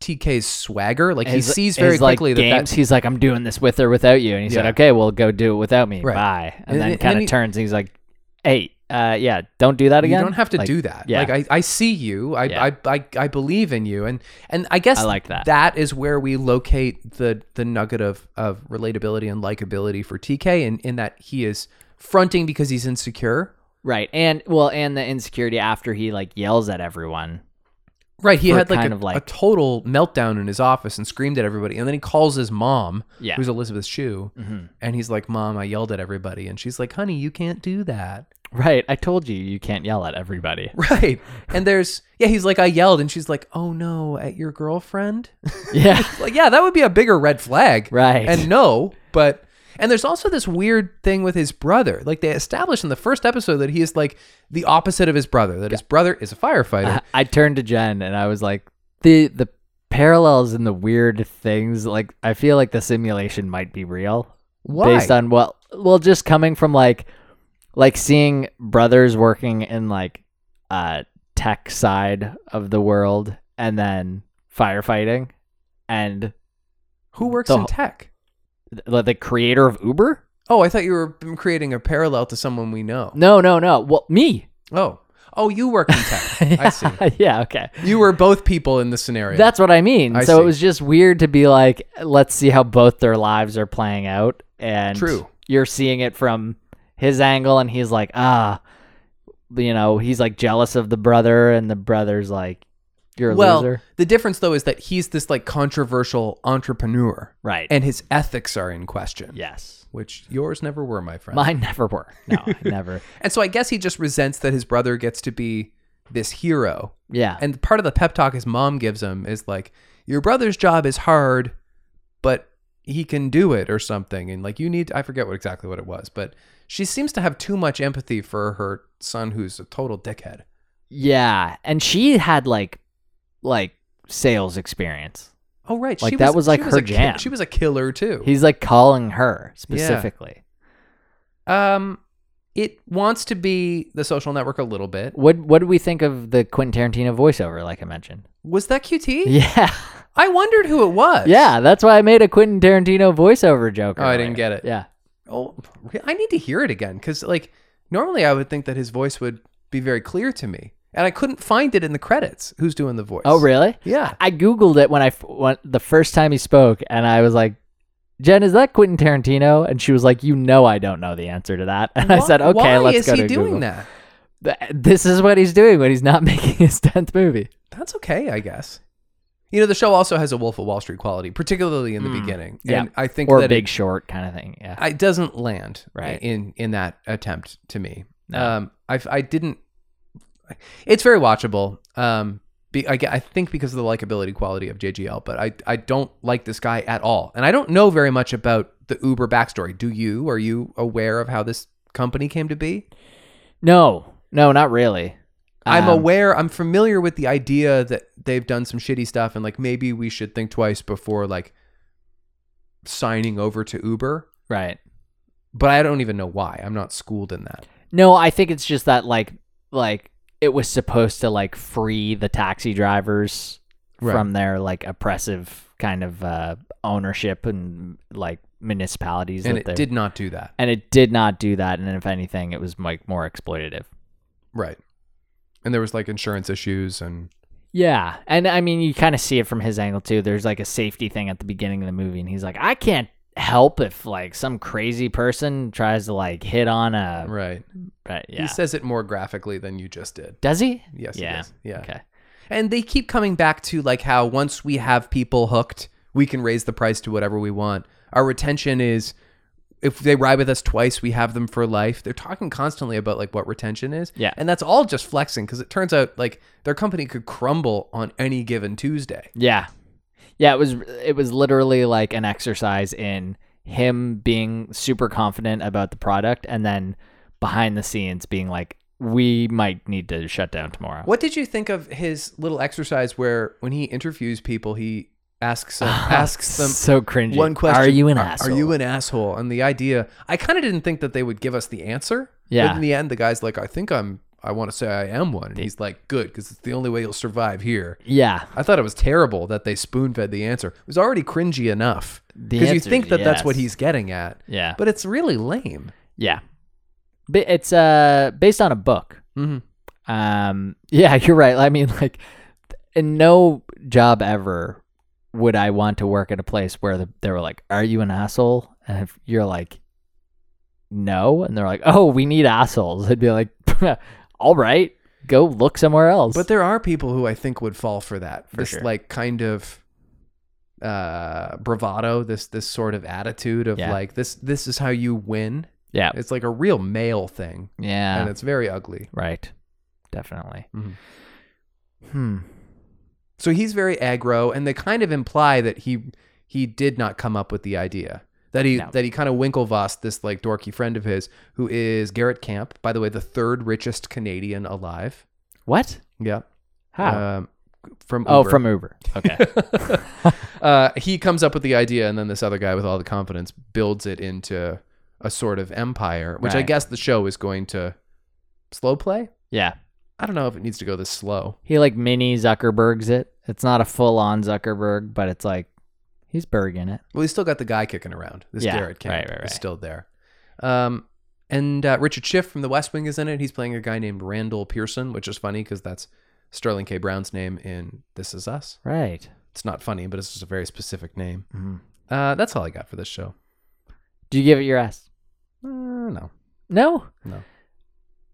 [SPEAKER 1] TK's swagger. Like he
[SPEAKER 2] His-
[SPEAKER 1] sees very
[SPEAKER 2] his, like,
[SPEAKER 1] quickly that
[SPEAKER 2] games,
[SPEAKER 1] that
[SPEAKER 2] he's like, I'm doing this with or without you, and he said,
[SPEAKER 1] Yeah.
[SPEAKER 2] okay, well, go do it without me,
[SPEAKER 1] Right.
[SPEAKER 2] bye, and,
[SPEAKER 1] And- and
[SPEAKER 2] then
[SPEAKER 1] then
[SPEAKER 2] kind of
[SPEAKER 1] he-
[SPEAKER 2] turns, and he's like, hey, uh, yeah, don't do that again.
[SPEAKER 1] You don't have to
[SPEAKER 2] Like,
[SPEAKER 1] do that.
[SPEAKER 2] yeah.
[SPEAKER 1] Like I, I see you. I,
[SPEAKER 2] Yeah.
[SPEAKER 1] I, I, I believe in you. And and I guess
[SPEAKER 2] I like that.
[SPEAKER 1] that is where we locate the the nugget of of relatability and likability for TK and in that he is fronting because he's insecure.
[SPEAKER 2] Right, and well, and the insecurity after he like yells at everyone.
[SPEAKER 1] Right. He
[SPEAKER 2] For
[SPEAKER 1] had like,
[SPEAKER 2] kind
[SPEAKER 1] a,
[SPEAKER 2] of like-
[SPEAKER 1] a total meltdown in his office and screamed at everybody. And then he calls his mom,
[SPEAKER 2] Yeah. Mm-hmm.
[SPEAKER 1] who's Elizabeth Shue, and he's like, Mom, I yelled at everybody. And she's like, Honey, you can't do that.
[SPEAKER 2] Right, I told you you can't yell at everybody.
[SPEAKER 1] Right. And there's yeah, he's like, I yelled, and she's like, Oh no, at your girlfriend?
[SPEAKER 2] yeah,
[SPEAKER 1] like yeah that would be a bigger red flag
[SPEAKER 2] Right.
[SPEAKER 1] and no but and there's also this weird thing with his brother like they established in the first episode that he is like the opposite of his brother that his brother is a firefighter
[SPEAKER 2] I, I turned to Jen and I was like, the the parallels and the weird things. Like, I feel like the simulation might be real.
[SPEAKER 1] Why?
[SPEAKER 2] based on what well just coming from like like seeing brothers working in like uh tech side of the world and then firefighting and
[SPEAKER 1] who works
[SPEAKER 2] the-
[SPEAKER 1] in tech
[SPEAKER 2] the, the creator of uber
[SPEAKER 1] oh i thought you were creating a parallel to someone we know
[SPEAKER 2] no no no well me
[SPEAKER 1] oh oh you work in tech i see
[SPEAKER 2] yeah okay
[SPEAKER 1] you were both people in the scenario
[SPEAKER 2] that's what i mean
[SPEAKER 1] I
[SPEAKER 2] so it
[SPEAKER 1] see.
[SPEAKER 2] was just weird to be like let's see how both their lives are playing out and
[SPEAKER 1] True.
[SPEAKER 2] you're seeing it from his angle and he's like ah you know he's like jealous of the brother and the brother's like you're a
[SPEAKER 1] well
[SPEAKER 2] loser
[SPEAKER 1] the difference though is that he's this like controversial entrepreneur
[SPEAKER 2] right
[SPEAKER 1] and his ethics are in question
[SPEAKER 2] yes
[SPEAKER 1] which yours never were my friend
[SPEAKER 2] mine never were no I never
[SPEAKER 1] And so I guess he just resents that his brother gets to be this hero.
[SPEAKER 2] yeah
[SPEAKER 1] And part of the pep talk his mom gives him is like, your brother's job is hard, but he can do it or something. And like, you need, I forget what exactly what it was, but she seems to have too much empathy for her son who's a total dickhead.
[SPEAKER 2] yeah and she had like like sales experience
[SPEAKER 1] Oh, right.
[SPEAKER 2] Like, that was, like,
[SPEAKER 1] she
[SPEAKER 2] her
[SPEAKER 1] a ki-
[SPEAKER 2] jam.
[SPEAKER 1] she was a killer too.
[SPEAKER 2] he's like calling her specifically
[SPEAKER 1] um, it wants to be the social network a little bit.
[SPEAKER 2] what what do we think of the quentin tarantino voiceover like i mentioned
[SPEAKER 1] Was that QT?
[SPEAKER 2] yeah
[SPEAKER 1] I wondered who it was.
[SPEAKER 2] Yeah, that's why I made a Quentin Tarantino voiceover joke.
[SPEAKER 1] Oh, I
[SPEAKER 2] earlier.
[SPEAKER 1] didn't get it.
[SPEAKER 2] Yeah.
[SPEAKER 1] Oh, re- I need to hear it again because, like, normally I would think that his voice would be very clear to me, and I couldn't find it in the credits. Who's doing the voice?
[SPEAKER 2] Oh, really?
[SPEAKER 1] Yeah.
[SPEAKER 2] I googled it when I f- when, the first time he spoke, and I was like, "Jen, is that Quentin Tarantino?" And she was like, "You know, I don't know the answer to that." And I
[SPEAKER 1] Why-
[SPEAKER 2] said, "Okay,
[SPEAKER 1] why
[SPEAKER 2] let's
[SPEAKER 1] is
[SPEAKER 2] go
[SPEAKER 1] he
[SPEAKER 2] to
[SPEAKER 1] doing
[SPEAKER 2] Google."
[SPEAKER 1] that?
[SPEAKER 2] Th- This is what he's doing when he's not making his tenth movie.
[SPEAKER 1] That's okay, I guess. You know, the show also has a Wolf of Wall Street quality, particularly in the beginning.
[SPEAKER 2] Hmm. Yeah.
[SPEAKER 1] And I think
[SPEAKER 2] Or
[SPEAKER 1] that
[SPEAKER 2] Big
[SPEAKER 1] it,
[SPEAKER 2] Short kind of thing. Yeah.
[SPEAKER 1] it doesn't land
[SPEAKER 2] Right.
[SPEAKER 1] in in that attempt to me.
[SPEAKER 2] No.
[SPEAKER 1] Um, I I didn't. It's very watchable. Um, be, I, ge- I think because of the likability quality of JGL, but I I don't like this guy at all, and I don't know very much about the Uber backstory. Do you? Are you aware of how this company came to be?
[SPEAKER 2] No, no, not really.
[SPEAKER 1] I'm
[SPEAKER 2] Um,
[SPEAKER 1] aware. I'm familiar with the idea that they've done some shitty stuff, and like maybe we should think twice before like signing over to Uber.
[SPEAKER 2] Right.
[SPEAKER 1] But I don't even know why. I'm not schooled in that.
[SPEAKER 2] No, I think it's just that like like it was supposed to like free the taxi drivers
[SPEAKER 1] Right.
[SPEAKER 2] from their like oppressive kind of uh, ownership and like municipalities
[SPEAKER 1] and
[SPEAKER 2] that
[SPEAKER 1] it
[SPEAKER 2] they-
[SPEAKER 1] did not do that.
[SPEAKER 2] and it did not do that and if anything it was like more exploitative
[SPEAKER 1] Right. And there was like insurance issues and
[SPEAKER 2] yeah and i mean you kind of see it from his angle too there's like a safety thing at the beginning of the movie and he's like i can't help if like some crazy person tries to like hit on a
[SPEAKER 1] right.
[SPEAKER 2] but yeah
[SPEAKER 1] He says it more graphically than you just did.
[SPEAKER 2] does he
[SPEAKER 1] Yes.
[SPEAKER 2] Yeah.
[SPEAKER 1] He does. Yeah.
[SPEAKER 2] okay
[SPEAKER 1] And they keep coming back to like how once we have people hooked, we can raise the price to whatever we want. Our retention is if they ride with us twice, we have them for life. They're talking constantly about like what retention is.
[SPEAKER 2] Yeah.
[SPEAKER 1] And that's all just flexing because it turns out like their company could crumble on any given Tuesday.
[SPEAKER 2] Yeah. Yeah, it was it was literally like an exercise in him being super confident about the product and then behind the scenes being like we might need to shut down tomorrow.
[SPEAKER 1] What did you think of his little exercise where when he interviews people, he asks them, asks them
[SPEAKER 2] so cringy.
[SPEAKER 1] one question.
[SPEAKER 2] Are you an
[SPEAKER 1] are,
[SPEAKER 2] asshole?
[SPEAKER 1] Are you an asshole? And the idea, I kind of didn't think that they would give us the answer.
[SPEAKER 2] Yeah.
[SPEAKER 1] But in the end, the guy's like, I think I'm, I want to say I am one. And he's like, good, because it's the only way you'll survive here.
[SPEAKER 2] Yeah.
[SPEAKER 1] I thought it was terrible that they spoon fed the answer. It was already cringy enough.
[SPEAKER 2] The
[SPEAKER 1] Because you
[SPEAKER 2] answer
[SPEAKER 1] think
[SPEAKER 2] is
[SPEAKER 1] that that's what
[SPEAKER 2] yes.
[SPEAKER 1] he's getting at.
[SPEAKER 2] Yeah.
[SPEAKER 1] But it's really lame.
[SPEAKER 2] yeah. But it's uh based on a book.
[SPEAKER 1] Mm-hmm.
[SPEAKER 2] Um, yeah, you're right. I mean, like, in no job ever would I want to work at a place where the, they were like, "Are you an asshole?" And if you're like, "No," and they're like, "Oh, we need assholes," I'd be like, "All right, go look somewhere else."
[SPEAKER 1] But there are people who I think would fall for that. this
[SPEAKER 2] sure.
[SPEAKER 1] like kind of uh bravado, this this sort of attitude of
[SPEAKER 2] Yeah.
[SPEAKER 1] like this this is how you win.
[SPEAKER 2] yeah,
[SPEAKER 1] It's like a real male thing.
[SPEAKER 2] yeah,
[SPEAKER 1] And it's very ugly.
[SPEAKER 2] right, definitely.
[SPEAKER 1] Mhm. Mm-hmm.
[SPEAKER 2] Hmm.
[SPEAKER 1] So he's very aggro and they kind of imply that he he did not come up with the idea. That he
[SPEAKER 2] No.
[SPEAKER 1] that he kind of winklevossed this like dorky friend of his who is Garrett Camp, by the way, the third richest Canadian alive.
[SPEAKER 2] What?
[SPEAKER 1] Yeah.
[SPEAKER 2] How?
[SPEAKER 1] Um, from Uber.
[SPEAKER 2] oh, from Uber. Okay.
[SPEAKER 1] uh, he comes up with the idea, and then this other guy with all the confidence builds it into a sort of empire, which I
[SPEAKER 2] Right.
[SPEAKER 1] guess the show is going to slow play.
[SPEAKER 2] yeah.
[SPEAKER 1] I don't know if it needs to go this slow.
[SPEAKER 2] He like mini Zuckerbergs it. It's not a full on Zuckerberg, but it's like he's berging it.
[SPEAKER 1] Well, he's still got the guy kicking around. This
[SPEAKER 2] Yeah,
[SPEAKER 1] Garrett Camp
[SPEAKER 2] right, right, right.
[SPEAKER 1] is still there. Um, and uh, Richard Schiff from The West Wing is in it. He's playing a guy named Randall Pearson, which is funny because that's Sterling K. Brown's name in This Is Us.
[SPEAKER 2] Right.
[SPEAKER 1] It's not funny, but it's just a very specific name. Uh, that's all I got for this show.
[SPEAKER 2] Do you give it your S?
[SPEAKER 1] Uh, no.
[SPEAKER 2] No.
[SPEAKER 1] No.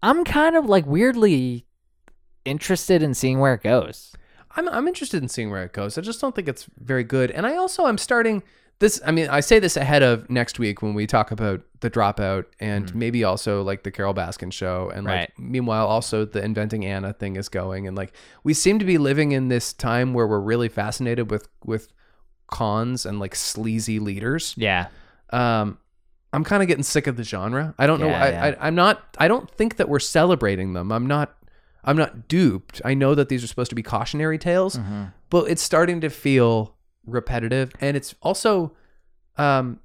[SPEAKER 2] I'm kind of like weirdly interested in seeing where it goes.
[SPEAKER 1] I'm I'm interested in seeing where it goes. I just don't think it's very good. And I also I'm starting this I mean, I say this ahead of next week when we talk about the dropout and maybe also like the Carol Baskin show and like
[SPEAKER 2] Mm. Right.
[SPEAKER 1] meanwhile also the inventing Anna thing is going and like we seem to be living in this time where we're really fascinated with with cons and like sleazy leaders.
[SPEAKER 2] Yeah.
[SPEAKER 1] Um I'm kind of getting sick of the genre. I don't know.
[SPEAKER 2] Yeah,
[SPEAKER 1] I,
[SPEAKER 2] yeah.
[SPEAKER 1] I I'm not I don't think that we're celebrating them. I'm not I'm not duped. I know that these are supposed to be cautionary
[SPEAKER 2] Mm-hmm.
[SPEAKER 1] tales but it's starting to feel repetitive and it's also um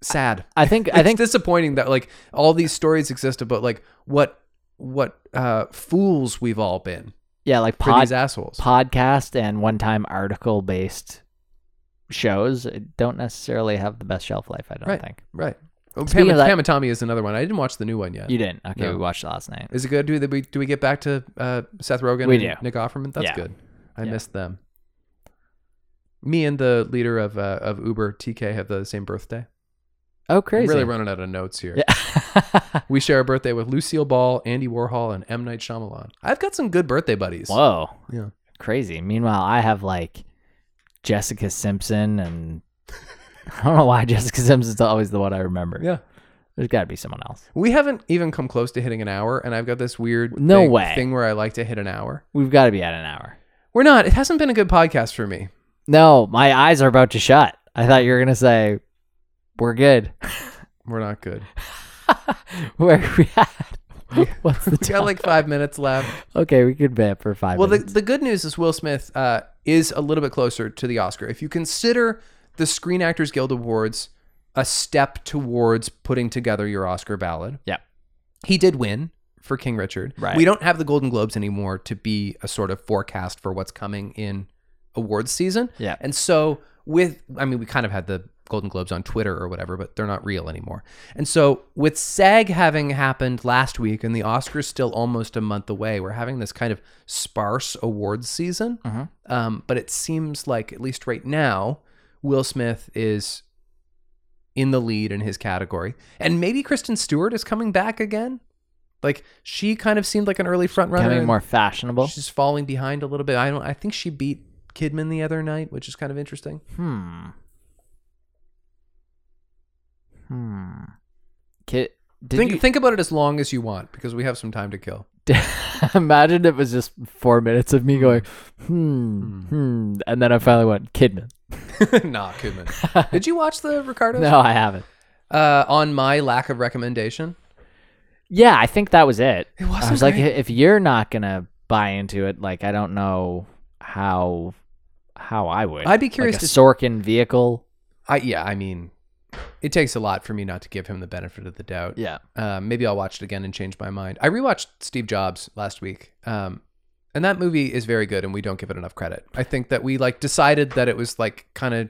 [SPEAKER 1] sad
[SPEAKER 2] I think I
[SPEAKER 1] It's
[SPEAKER 2] think
[SPEAKER 1] disappointing that like all these stories exist about like what what uh fools we've all been
[SPEAKER 2] yeah, like
[SPEAKER 1] for
[SPEAKER 2] pod,
[SPEAKER 1] these assholes
[SPEAKER 2] podcast and one time article based shows don't necessarily have the best shelf life, I don't
[SPEAKER 1] Right.
[SPEAKER 2] think.
[SPEAKER 1] right oh,
[SPEAKER 2] Speaking
[SPEAKER 1] Pam,
[SPEAKER 2] of that-
[SPEAKER 1] Pam and Tommy is another one i didn't watch the new one yet
[SPEAKER 2] You didn't. Okay,
[SPEAKER 1] No.
[SPEAKER 2] we watched last night.
[SPEAKER 1] is it good do we do we get back to uh seth rogen
[SPEAKER 2] We
[SPEAKER 1] and
[SPEAKER 2] do.
[SPEAKER 1] nick offerman that's
[SPEAKER 2] Yeah.
[SPEAKER 1] good i
[SPEAKER 2] Yeah.
[SPEAKER 1] missed them me and the leader of uh, of uber tk have the same birthday
[SPEAKER 2] Oh crazy.
[SPEAKER 1] i'm really running out of notes here
[SPEAKER 2] Yeah.
[SPEAKER 1] We share a birthday with Lucille Ball, Andy Warhol, and M. Night Shyamalan. I've got some good birthday buddies.
[SPEAKER 2] Whoa.
[SPEAKER 1] Yeah.
[SPEAKER 2] Crazy. Meanwhile, I have like Jessica Simpson and I don't know why Jessica Simpson's always the one I remember.
[SPEAKER 1] Yeah.
[SPEAKER 2] There's got to be someone else.
[SPEAKER 1] We haven't even come close to hitting an hour, and I've got this weird
[SPEAKER 2] No
[SPEAKER 1] thing,
[SPEAKER 2] way.
[SPEAKER 1] thing where I like to hit an hour.
[SPEAKER 2] We've got to be at an hour.
[SPEAKER 1] We're not. It hasn't been a good podcast for me.
[SPEAKER 2] No, my eyes are about to shut. I thought you were going to say, we're good.
[SPEAKER 1] We're not good.
[SPEAKER 2] Where are we at? What's the
[SPEAKER 1] We got
[SPEAKER 2] time?
[SPEAKER 1] like five minutes left.
[SPEAKER 2] okay, we could bet for five
[SPEAKER 1] Well, the,
[SPEAKER 2] minutes.
[SPEAKER 1] the good news is Will Smith uh, is a little bit closer to the Oscar. If you consider the Screen Actors Guild Awards a step towards putting together your Oscar ballot,
[SPEAKER 2] yeah.
[SPEAKER 1] he did win. for King Richard.
[SPEAKER 2] Right.
[SPEAKER 1] We don't have the Golden Globes anymore to be a sort of forecast for what's coming in awards season.
[SPEAKER 2] Yeah.
[SPEAKER 1] And so with I mean we kind of had the Golden Globes on Twitter or whatever, but they're not real anymore. And so with SAG having happened last week and the Oscars still almost a month away, we're having this kind of sparse awards season.
[SPEAKER 2] Mhm.
[SPEAKER 1] Um, but it seems like at least right now, Will Smith is in the lead in his category. And maybe Kristen Stewart is coming back again. Like she kind of seemed like an early front runner.
[SPEAKER 2] Becoming
[SPEAKER 1] and
[SPEAKER 2] more fashionable.
[SPEAKER 1] She's falling behind a little bit. I don't I think she beat Kidman the other night, which is kind of interesting.
[SPEAKER 2] Hmm. Hmm. Kid, did
[SPEAKER 1] think
[SPEAKER 2] you
[SPEAKER 1] think about it as long as you want because we have some time to kill.
[SPEAKER 2] imagine it was just four minutes of me going, hmm, hmm, and then I finally went Kidman.
[SPEAKER 1] nah, Kidman. Did you watch the Ricardo?
[SPEAKER 2] No, I haven't.
[SPEAKER 1] Uh, on my lack of recommendation.
[SPEAKER 2] Yeah, I think that was it.
[SPEAKER 1] It wasn't
[SPEAKER 2] I was like,
[SPEAKER 1] great.
[SPEAKER 2] if you're not gonna buy into it, like I don't know how how I would.
[SPEAKER 1] I'd be curious
[SPEAKER 2] Like a
[SPEAKER 1] to-
[SPEAKER 2] Sorkin vehicle.
[SPEAKER 1] I yeah, I mean, it takes a lot for me not to give him the benefit of the doubt.
[SPEAKER 2] Yeah.
[SPEAKER 1] Uh, maybe I'll watch it again and change my mind. I rewatched Steve Jobs last week, um, and that movie is very good, and we don't give it enough credit. I think that we like decided that it was like kind of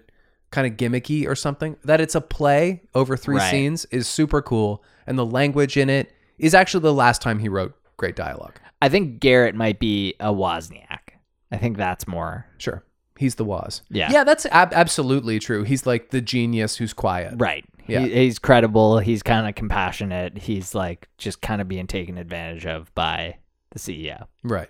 [SPEAKER 1] kind of gimmicky or something. That it's a play over three
[SPEAKER 2] Right.
[SPEAKER 1] scenes is super cool, and the language in it is actually the last time he wrote great dialogue.
[SPEAKER 2] I think Garrett might be a Wozniak. I think that's more
[SPEAKER 1] Sure, he's the Woz.
[SPEAKER 2] Yeah.
[SPEAKER 1] yeah, that's ab- absolutely true. He's like the genius who's quiet.
[SPEAKER 2] right.
[SPEAKER 1] Yeah.
[SPEAKER 2] He, he's credible. He's kind of compassionate. He's like just kind of being taken advantage of by the E CEO.
[SPEAKER 1] Right.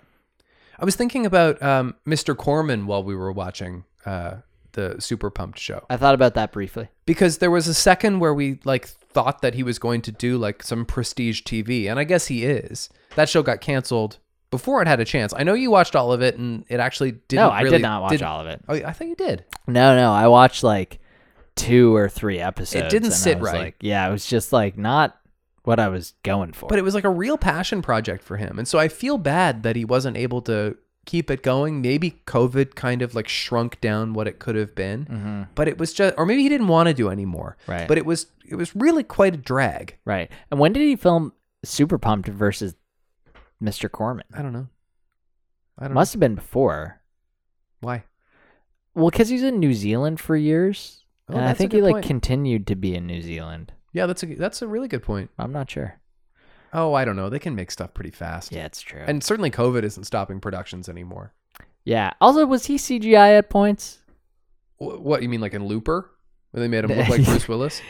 [SPEAKER 1] I was thinking about um, Mr. Corman while we were watching uh, the Super Pumped show
[SPEAKER 2] I thought about that briefly.
[SPEAKER 1] because there was a second where we like thought that he was going to do like some prestige TV, and I guess he is. That show got canceled before it had a chance. I know you watched all of it, and it actually didn't.
[SPEAKER 2] no, I
[SPEAKER 1] really-
[SPEAKER 2] did not watch
[SPEAKER 1] didn't-
[SPEAKER 2] all of it.
[SPEAKER 1] Oh, I thought you did.
[SPEAKER 2] No, no, I watched like two or three episodes.
[SPEAKER 1] didn't
[SPEAKER 2] and I
[SPEAKER 1] sit
[SPEAKER 2] was
[SPEAKER 1] right.
[SPEAKER 2] like- yeah, it was just like not what I was going for.
[SPEAKER 1] But it was like a real passion project for him. And so I feel bad that he wasn't able to keep it going. Maybe COVID kind of like shrunk down what it could have been. But it was just or maybe he didn't want to do anymore.
[SPEAKER 2] Mm. Right.
[SPEAKER 1] But it was it was really quite a drag.
[SPEAKER 2] right. And when did he film Super Pumped versus Mr. Corman?
[SPEAKER 1] I don't know. I don't
[SPEAKER 2] Must have been before.
[SPEAKER 1] know. Why?
[SPEAKER 2] Well, because he's in New Zealand for years,
[SPEAKER 1] Oh,
[SPEAKER 2] and I
[SPEAKER 1] that's a
[SPEAKER 2] think
[SPEAKER 1] good
[SPEAKER 2] he like
[SPEAKER 1] point.
[SPEAKER 2] continued to be in New Zealand.
[SPEAKER 1] Yeah, that's a that's a really good point.
[SPEAKER 2] I'm not sure.
[SPEAKER 1] Oh, I don't know. They can make stuff pretty fast.
[SPEAKER 2] Yeah, it's true.
[SPEAKER 1] And certainly COVID isn't stopping productions anymore.
[SPEAKER 2] yeah. Also, was he CGI at points?
[SPEAKER 1] Wh- What you mean like in Looper? Where they made him look like Bruce Willis?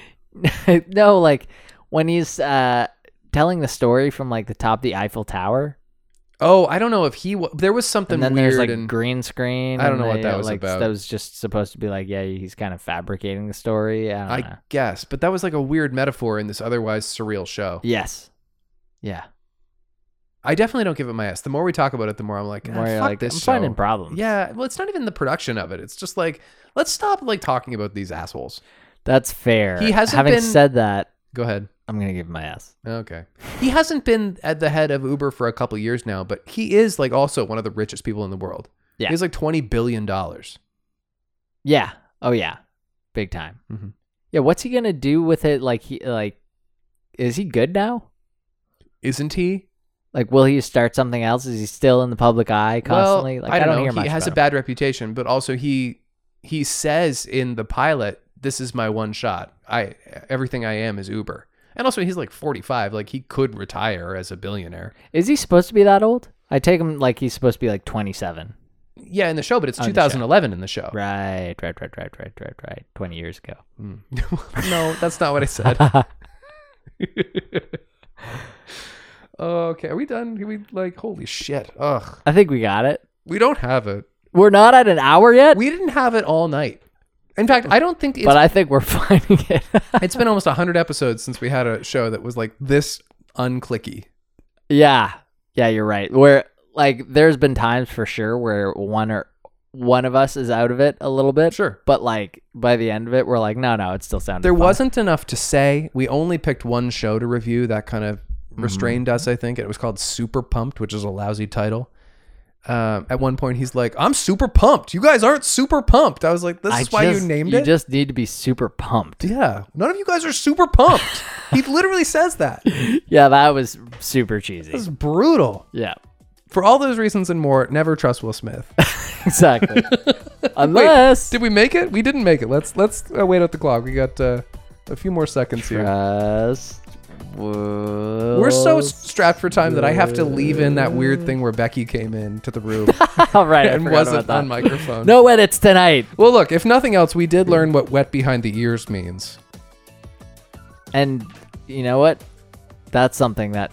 [SPEAKER 2] no, like when he's uh, telling the story from like the top of the Eiffel Tower,
[SPEAKER 1] Oh, I don't know if he wa there was something
[SPEAKER 2] and then
[SPEAKER 1] weird
[SPEAKER 2] there's like
[SPEAKER 1] and
[SPEAKER 2] green screen.
[SPEAKER 1] I don't
[SPEAKER 2] and
[SPEAKER 1] know what
[SPEAKER 2] they,
[SPEAKER 1] that was
[SPEAKER 2] like,
[SPEAKER 1] about.
[SPEAKER 2] That was just supposed to be like, yeah, he's kind of fabricating the story. I, don't know.
[SPEAKER 1] I guess, but that was like a weird metaphor in this otherwise surreal show.
[SPEAKER 2] yes, yeah.
[SPEAKER 1] I definitely don't give it my S. The more we talk about it, the more I'm like,
[SPEAKER 2] The
[SPEAKER 1] ah,
[SPEAKER 2] more you're
[SPEAKER 1] fuck
[SPEAKER 2] like,
[SPEAKER 1] this
[SPEAKER 2] I'm
[SPEAKER 1] show.
[SPEAKER 2] finding problems.
[SPEAKER 1] Yeah, well, it's not even the production of it. It's just like, let's stop like talking about these assholes.
[SPEAKER 2] that's fair.
[SPEAKER 1] He hasn't
[SPEAKER 2] Having
[SPEAKER 1] been-
[SPEAKER 2] said that,
[SPEAKER 1] Go ahead.
[SPEAKER 2] I'm gonna give him my ass.
[SPEAKER 1] Okay. He hasn't been at the head of Uber for a couple years now, but he is like also one of the richest people in the world.
[SPEAKER 2] Yeah.
[SPEAKER 1] He has like twenty billion dollars.
[SPEAKER 2] Yeah. Oh yeah. Big time.
[SPEAKER 1] Mhm.
[SPEAKER 2] Yeah. What's he gonna do with it? Like he like, is he good now?
[SPEAKER 1] Isn't he?
[SPEAKER 2] Like, will he start something else? Is he still in the public eye constantly?
[SPEAKER 1] Well,
[SPEAKER 2] like,
[SPEAKER 1] I don't, know.
[SPEAKER 2] hear
[SPEAKER 1] he
[SPEAKER 2] much.
[SPEAKER 1] has a
[SPEAKER 2] about him.
[SPEAKER 1] bad reputation, but also he he says in the pilot, "This is my one shot. I everything I am is Uber." And also, he's like 45. Like he could retire as a billionaire.
[SPEAKER 2] Is he supposed to be that old? I take him like he's supposed to be like 27.
[SPEAKER 1] Yeah, in the show, but it's
[SPEAKER 2] On the show.
[SPEAKER 1] 2011 in the show.
[SPEAKER 2] Right, right, right, right, right, right, right. 20 years ago.
[SPEAKER 1] Mm. no, that's not what I said. okay, are we done? Are we like holy shit? Ugh,
[SPEAKER 2] I think we got it.
[SPEAKER 1] we don't have it.
[SPEAKER 2] We're not at an hour yet,
[SPEAKER 1] We didn't have it all night. In fact, I don't think it's
[SPEAKER 2] but I think we're finding it.
[SPEAKER 1] it's been almost 100 episodes since we had a show that was like this unclicky.
[SPEAKER 2] yeah. Yeah, you're right. Where like there's been times for sure where one or one of us is out of it a little bit.
[SPEAKER 1] Sure.
[SPEAKER 2] But like by the end of it, we're like, no, no, it still sounded
[SPEAKER 1] There
[SPEAKER 2] fun.
[SPEAKER 1] wasn't enough to say. We only picked one show to
[SPEAKER 2] Mm-hmm.
[SPEAKER 1] review. That kind of restrained us, I think. It was called Super Pumped, which is a lousy title. uh, at one point he's like, "I'm super pumped. You guys aren't super pumped." I was like, "This
[SPEAKER 2] I
[SPEAKER 1] is why
[SPEAKER 2] just-
[SPEAKER 1] you named
[SPEAKER 2] You
[SPEAKER 1] it."
[SPEAKER 2] just need to be super pumped.
[SPEAKER 1] yeah, none of you guys are super pumped. he literally says that. This
[SPEAKER 2] Yeah, that was super cheesy.
[SPEAKER 1] is brutal.
[SPEAKER 2] Yeah,
[SPEAKER 1] For all those reasons and more, never trust Will Smith.
[SPEAKER 2] exactly. Unless
[SPEAKER 1] Did we make it? We didn't make it. Let's let's uh, wait out the clock. We got uh, a few more seconds here.
[SPEAKER 2] trust.
[SPEAKER 1] We're
[SPEAKER 2] We're
[SPEAKER 1] so strapped for time that I have to leave in that weird thing where Becky came in to the room
[SPEAKER 2] all right. I
[SPEAKER 1] and
[SPEAKER 2] forgot
[SPEAKER 1] wasn't
[SPEAKER 2] about that.
[SPEAKER 1] on microphone.
[SPEAKER 2] No edits tonight.
[SPEAKER 1] Well, look, if nothing else, we did learn what wet behind the ears means.
[SPEAKER 2] And you know what? That's something that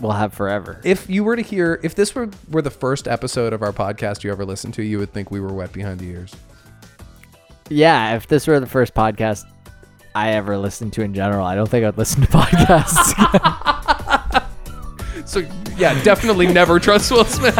[SPEAKER 2] we'll have forever.
[SPEAKER 1] If you were to hear, if this were, were the first episode of our podcast you ever listened to, you would think we were wet behind the ears.
[SPEAKER 2] Yeah, if this were the first podcast I ever listened to in general, I don't think I'd listen to podcasts.
[SPEAKER 1] So, yeah, definitely never trust Will Smith.